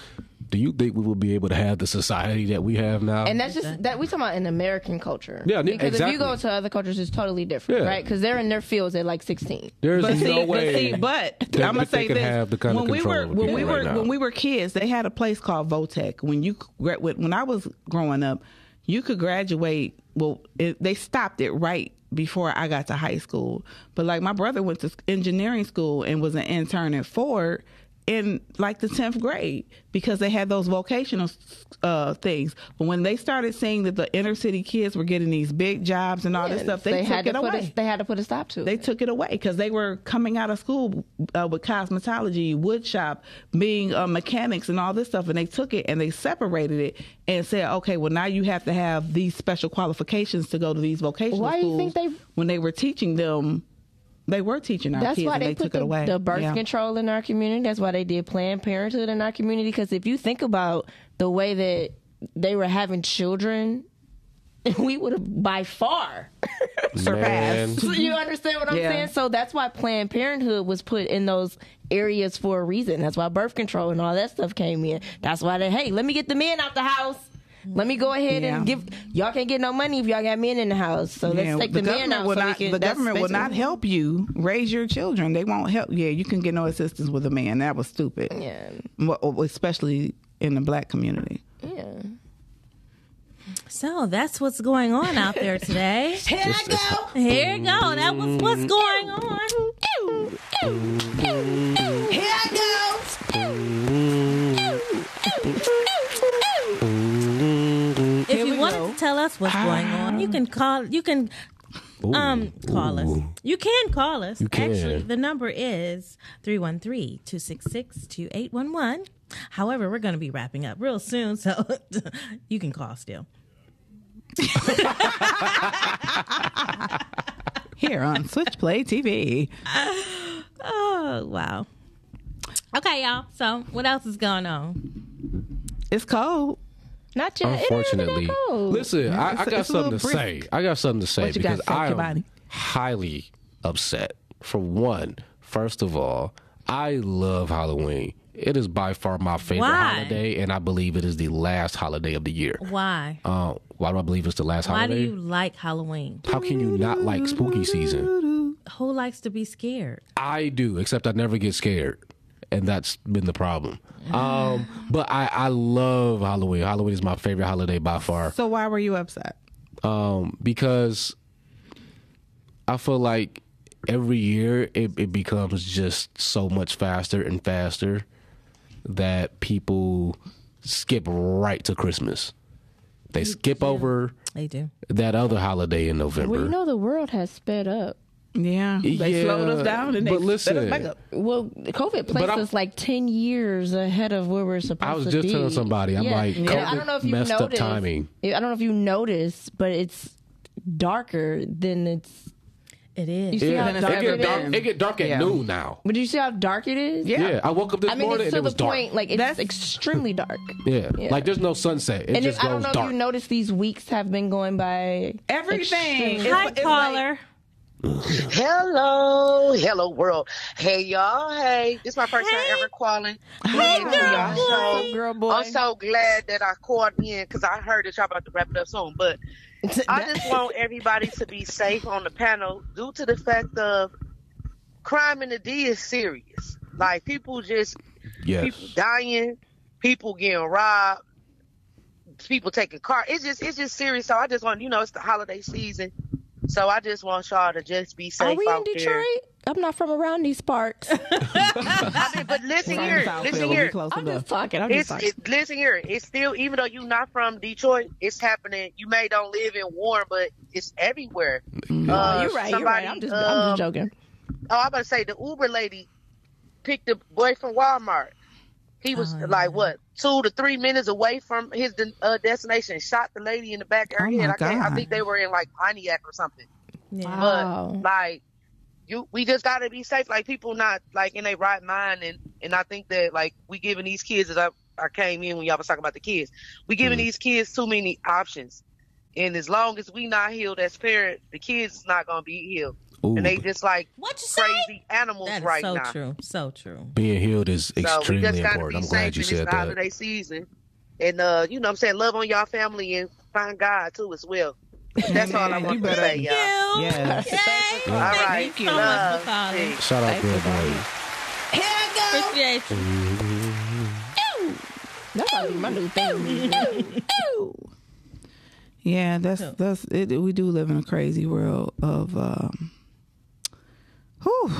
A: do you think we will be able to have the society that we have now?
B: And that's just that we talking about in American culture.
A: Yeah,
B: because if
A: exactly.
B: you go to other cultures, it's totally different,
A: Yeah.
B: right? Because they're in their fields at like 16.
A: There's
C: But
A: no way.
C: see, but see, but
A: that
C: I'm
A: they
C: gonna say
A: could
C: this:
A: have the kind of
C: when we
A: control
C: were
A: over
C: when
A: people
C: we
A: right
C: were
A: now.
C: when we were kids, they had a place called Votech. When you gra- when I was growing up, you could graduate. Well, it, they stopped it right before I got to high school. But like my brother went to s- engineering school and was an intern at Ford in like the 10th grade because they had those vocational uh things but when they started seeing that the inner city kids were getting these big jobs and all this
B: And
C: stuff they, took
B: had
C: it
B: to put
C: away
B: a, they had to put a stop to
C: they
B: it.
C: took it away because they were coming out of school uh, with cosmetology, wood shop, being uh, mechanics, and all this stuff. And they took it and they separated it and said, okay, well now you have to have these special qualifications to go to these vocational
B: Why do you think
C: schools.
B: they-
C: when they were teaching them, they were teaching our
B: That's
C: kids,
B: why
C: and
B: they,
C: they,
B: put
C: took it
B: the,
C: away.
B: the birth
C: Yeah.
B: control in our community. That's why they did Planned Parenthood in our community. Because if you think about the way that they were having children, we would have by far
A: Man.
B: So you understand what I'm
C: Mm-hmm. Yeah.
B: saying? So that's why Planned Parenthood was put in those areas for a reason. That's why birth control and all that stuff came in. That's why they, hey, let me get the men out the house. Let me go ahead and
C: Yeah.
B: give y'all can't get no money if y'all got men in the house. So let's
C: Yeah,
B: take the, men out.
C: will
B: so we
C: not,
B: can,
C: the
B: that's
C: government will
B: basically-
C: not help you raise your children. They won't help. Yeah, you can get no assistance with a man. That was stupid.
B: Yeah.
C: Well, especially in the black community.
B: Yeah.
D: So that's what's going on out there today.
B: Here I go.
D: Here you go. That was what's going on.
B: Here I
A: Mm.
D: If you wanted to tell us what's going on, you can call. You can um call us. You can call us.
A: can.
D: Actually, the number is 313-266-2811. However, we're going to be wrapping up real soon, so you can call still.
C: Here on Switch Play TV.
D: Oh, wow. Okay, y'all. So, what else is going on?
C: It's cold.
B: Not yet. It ain't even that
A: Unfortunately,
B: cold.
A: listen, I, I
C: it's-
A: got
C: it's a
A: something
C: little
A: to
C: brisk.
A: say. I got something to say
C: What you got
A: because
C: to say,
A: I am
C: Kibani?
A: highly upset. For one, first of all, I love Halloween. It is by far my favorite
D: Why?
A: holiday, and I believe it is the last holiday of the year.
D: Why?
A: Uh, why do I believe it's the last
D: Why do
A: holiday?
D: you like Halloween?
A: How can you not like spooky season?
D: Who likes to be scared?
A: I do, except I never get scared. And that's been the problem.
B: Ah.
A: Um, but I, I love Halloween. Halloween is my favorite holiday by far.
C: So why were you upset?
A: Um, because I feel like every year it, it becomes just so much faster and faster that people skip right to Christmas. They skip over
D: They do.
A: that other holiday in November.
H: Well, you know the world has sped up.
C: Yeah, they
A: Yeah,
C: slowed us down and they
A: but
C: set us
A: listen,
C: back up.
B: Well, COVID placed
A: I'm-
B: us like ten years ahead of where we're supposed to be.
A: was just telling somebody, I'm like,
B: And I
A: COVID
B: don't know if you
A: messed up
B: noticed,
A: timing.
B: I don't know if you noticed, but it's darker than it's.
D: It
B: You
D: is.
B: see
A: yeah,
B: how
A: it
B: dark
A: get
B: it is?
A: dark. It get dark at
C: Yeah.
A: noon now.
B: But do you see how dark it is?
C: Yeah.
A: Yeah. I woke up this
B: I mean,
A: morning
B: it's
A: and it
B: to
A: was
B: the
A: dark.
B: point like it's
C: That's-
B: extremely dark.
A: yeah.
B: Yeah.
A: like there's no sunset. It
B: and
A: just
B: if, I don't
A: goes
B: know if
A: dark.
B: you noticed, these weeks have been going by.
C: Everything.
B: extremely-
C: It's-
D: Hi,
C: it's like-
D: caller.
I: Hello, hello world. Hey y'all, hey. This is my first
D: Hey.
I: time ever calling.
C: Hey,
I: y'all. So,
B: girl, boy.
I: I'm so glad that I called in because I heard that y'all about to wrap it up soon. But I just want everybody to be safe on the panel due to the fact of crime in the D is serious. Like people just people
A: yes.
I: dying, people getting robbed, people taking car. It's just it's just serious. So I just want you know it's the holiday season. So I just want y'all to just be safe
B: Are we in
I: out there.
B: Detroit?
E: I'm not from around these parts.
I: I mean, but listen
J: From
I: here,
J: Southfield,
I: listen
J: we
I: here.
J: close
E: I'm
J: enough.
E: just talking. I'm just
I: It's
E: talking.
I: it, listen here. It's still even though you're not from Detroit, it's happening. You may don't live in Warren, but it's everywhere. Uh,
E: you're right. you're right. I'm just, I'm
I: um,
E: just joking.
I: Oh, I'm about to say the Uber lady picked the boy from Walmart. He was
E: Oh,
I: like what two to three minutes away from his de- uh, destination. Shot the lady in the back of her
J: Oh,
I: head.
J: my
I: I, can't, I
J: God.
I: think they were in like Pontiac or something.
D: Yeah.
E: Wow.
B: Mm-hmm.
I: But like you, we just gotta be safe. Like people not like in their right mind, and and I think that like we giving these kids as I I came in when y'all was talking about the kids. We giving these kids too many options, and as long as we not healed as parents, the kids is not gonna be healed,
A: Ooh,
I: and they just like
C: What you say?
I: crazy animals
D: That is
I: right
D: so
I: now.
D: true. So true.
A: being healed is
I: So we
A: extremely
I: just gotta be
A: important. I'm
I: safe
A: glad
I: in
A: you
I: this
A: said that.
I: holiday season, and uh, you know what I'm saying love on y'all family and find God too as well. That's all I
J: You
I: want to
J: better-
I: say, y'all.
J: Yes.
D: Yay.
I: All right,
D: Thank you so much
I: love,
D: for calling.
I: peace.
A: Shout out, girl, boy.
D: Appreciate you.
E: That's gotta be my new thing.
J: Yeah, that's that's it. We do live in a crazy world of. Um, whew,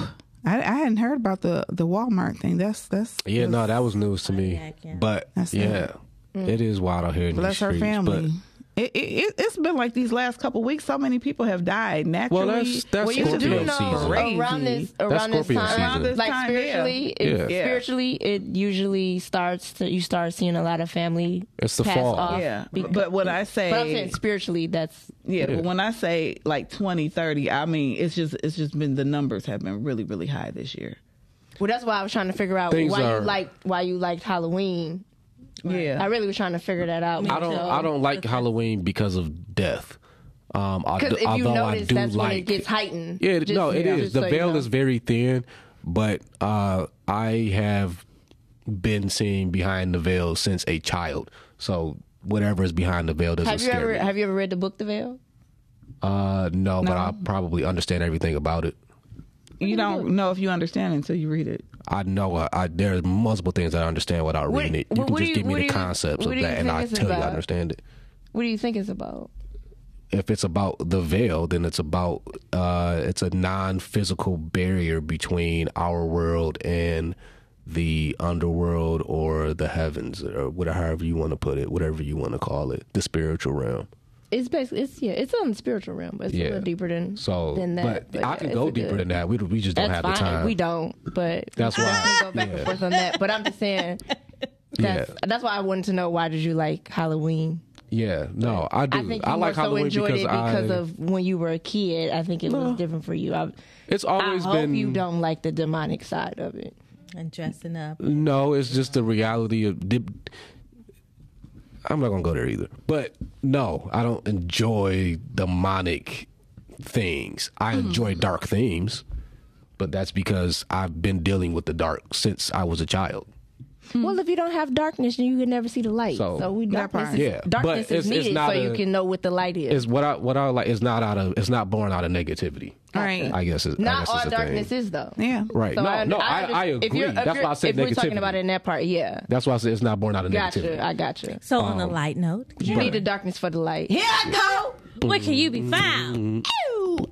J: I, I hadn't heard about the the Walmart thing. That's that's
A: Yeah, no, that was news to me.
D: Pontiac, yeah.
A: But
J: That's
A: yeah,
B: Mm.
A: it is wild out here in
J: bless
A: these
J: her
A: streets.
J: family.
A: But
J: It, it, it, it's been like these last couple weeks. So many people have died naturally.
A: well, that's that's
J: Well, you
A: Scorpio
J: do know-
A: season.
J: Right.
B: around
J: Crazy.
B: this around this
A: Scorpio season. Around
B: time,
A: this
B: like
J: time, yeah.
B: spiritually,
A: Yeah.
B: It,
A: Yeah.
B: spiritually, it usually starts to you start seeing a lot of family.
A: It's the
B: pass
A: fall.
B: off
J: Yeah,
B: because-
J: but when I say
B: but I'm saying spiritually, that's
J: Yeah, but when I say like 20, 30, I mean it's just it's just been the numbers have been really really high this year.
B: well. That's why I was trying to figure out
A: Things
B: why
A: are-
B: you liked why you liked Halloween. I
J: Yeah.
B: really was trying to figure that out.
A: I don't I don't like Halloween because of death. Um, I
B: because
A: do-
B: if you
A: although I
B: notice,
A: do
B: that's when it
A: like
B: gets heightened.
A: Yeah,
B: Just-
A: no, it is.
B: yeah. just
A: The
B: so you
A: veil
B: know.
A: is very thin, but uh, I have been seeing behind the veil since a child. So whatever is behind the veil doesn't
B: Have you
A: scare
B: ever
A: me.
B: have you ever read the book The Veil?
A: uh, no, but I probably understand everything about it.
J: You don't know if you understand until you read it.
A: I know uh, I, I there's multiple things I understand without reading it. You
B: what
A: can
B: do
A: just
B: you-
A: give
B: what
A: me
B: do
A: the
B: you-
A: concepts
B: what
A: of
B: do you
A: that, and
B: think
A: I
B: it's
A: tell you I
B: about?
A: understand it.
B: What do you think it's about?
A: If it's about the veil, then it's about uh, it's a non-physical barrier between our world and the underworld or the heavens or whatever however you want to put it, whatever you want to call it, the spiritual realm.
E: It's basically it's yeah, it's on the spiritual realm, but it's a
A: Yeah.
E: little deeper than
A: So,
E: than that.
A: but, I
E: yeah,
A: can
E: it's
A: go
E: a
A: deeper
E: good-
A: than that. We we just don't
B: That's
A: have
B: fine.
A: the time.
B: We don't, but
A: That's why.
B: we can go back
A: Yeah.
B: and forth on that. But I'm just saying that's
A: Yeah.
B: that's why I wanted to know why did you like Halloween?
A: Yeah, no, I do.
B: I
A: I,
B: think you
A: like
B: more so
A: Halloween
B: enjoyed
A: because,
B: it
A: I,
B: because of when you were a kid. I think it was different for you. I,
A: it's
B: I
A: always
B: hope
A: been
B: you don't like the demonic side of it.
D: And dressing up.
A: No, it's just the reality of. Dip, I'm not gonna go there either. But no, I don't enjoy demonic things. I
E: Mm-hmm.
A: enjoy dark themes, but that's because I've been dealing with the dark since I was a child.
E: Well, if you don't have darkness, then you can never see the light.
A: So-
E: So, we
J: That
E: darkness is,
J: part.
A: Yeah, but
E: darkness
A: it's- it's
E: is needed
A: not
E: so
A: a-
E: you can know what the light is.
A: Is what I what I like is not out of it's not born out of negativity.
J: All right.
A: I guess it's I
E: Not
A: guess
E: all
A: it's a
E: darkness
A: thing.
E: is though.
J: yeah.
A: right. no,
E: I,
A: no, I,
E: under-
A: I,
E: If
A: agree.
E: you're, if
A: That's
E: you're,
A: why I said
E: if
A: negativity.
E: we're talking about it in that part, yeah.
A: that's why I said it's not born out of negativity.
E: Gotcha. I gotcha.
D: So on a light note.
E: You need the darkness for the light.
D: Here I go. Where can you be found?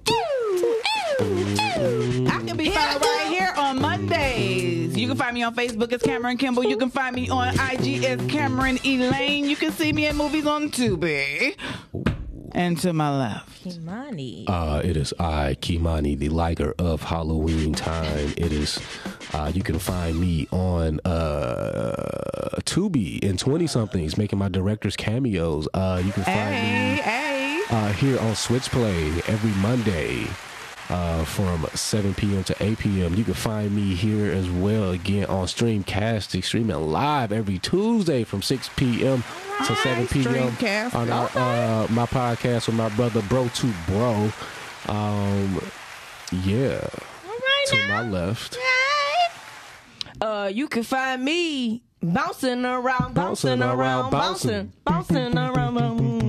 J: I can be found right here on Mondays. You can find me on Facebook as Cameron Kimball. You can find me on IG as Cameron Elaine. You can see me at movies on Tubi. And to my left.
D: Kimani.
A: Uh, it is I, Kimani, the liker of Halloween time. It is, uh, you can find me on uh, Tubi and 20 somethings making my director's cameos. Uh, you can find
J: Hey,
A: me
J: hey.
A: uh, here on Switch Play every Monday. Uh, from 7 p.m. to 8 p.m. You can find me here as well again on Streamcast, streaming live every Tuesday from 6 p.m. to 7 p.m.
J: Streamcast.
A: on our, uh, my podcast with my brother Bro to Bro. Um, yeah. to my left,
B: Uh, you can find me bouncing around,
A: Bouncing
B: bouncing,
A: around,
B: around,
A: bouncing.
B: bouncing, bouncing around. mm,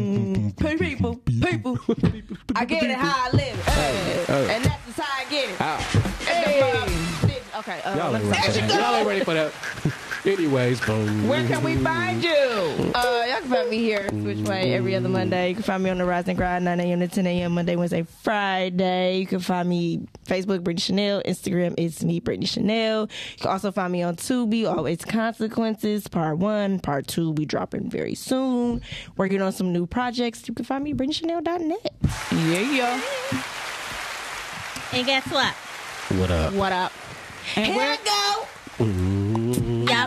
B: People, people, I get it how I live, it, uh, and that's just how I get it.
A: Ow.
B: Hey. Okay, uh,
A: y'all
B: let
A: ain't
B: me
A: ready
E: uh,
A: for
B: stop.
A: that. Y'all ain't ready for that. Anyways, boom.
J: Where can we find you?
B: Uh, y'all can find me here, Switchway, every other Monday. You can find me on the Rise and Grind, 9 a.m. to 10 a.m. Monday, Wednesday, Friday. You can find me Facebook, Brittany Chanel. Instagram, it's me, Brittany Chanel. You can also find me on Tubi, Always Consequences, Part 1, Part 2. We dropping very soon. Working on some new projects. You can find me, BrittanyChanel.net.
J: Yeah, yeah.
D: And guess what?
A: What up?
B: What up?
J: And where,
D: Y'all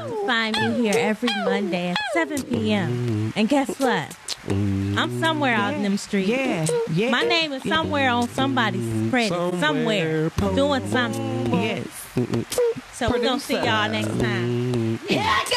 D: can find me here every Monday at 7 p.m. And guess what? I'm somewhere out in them streets.
J: yeah, yeah.
D: My name is somewhere on somebody's credit, somewhere, doing something.
J: Yes.
D: So we're going to see y'all next time.
B: Here I go!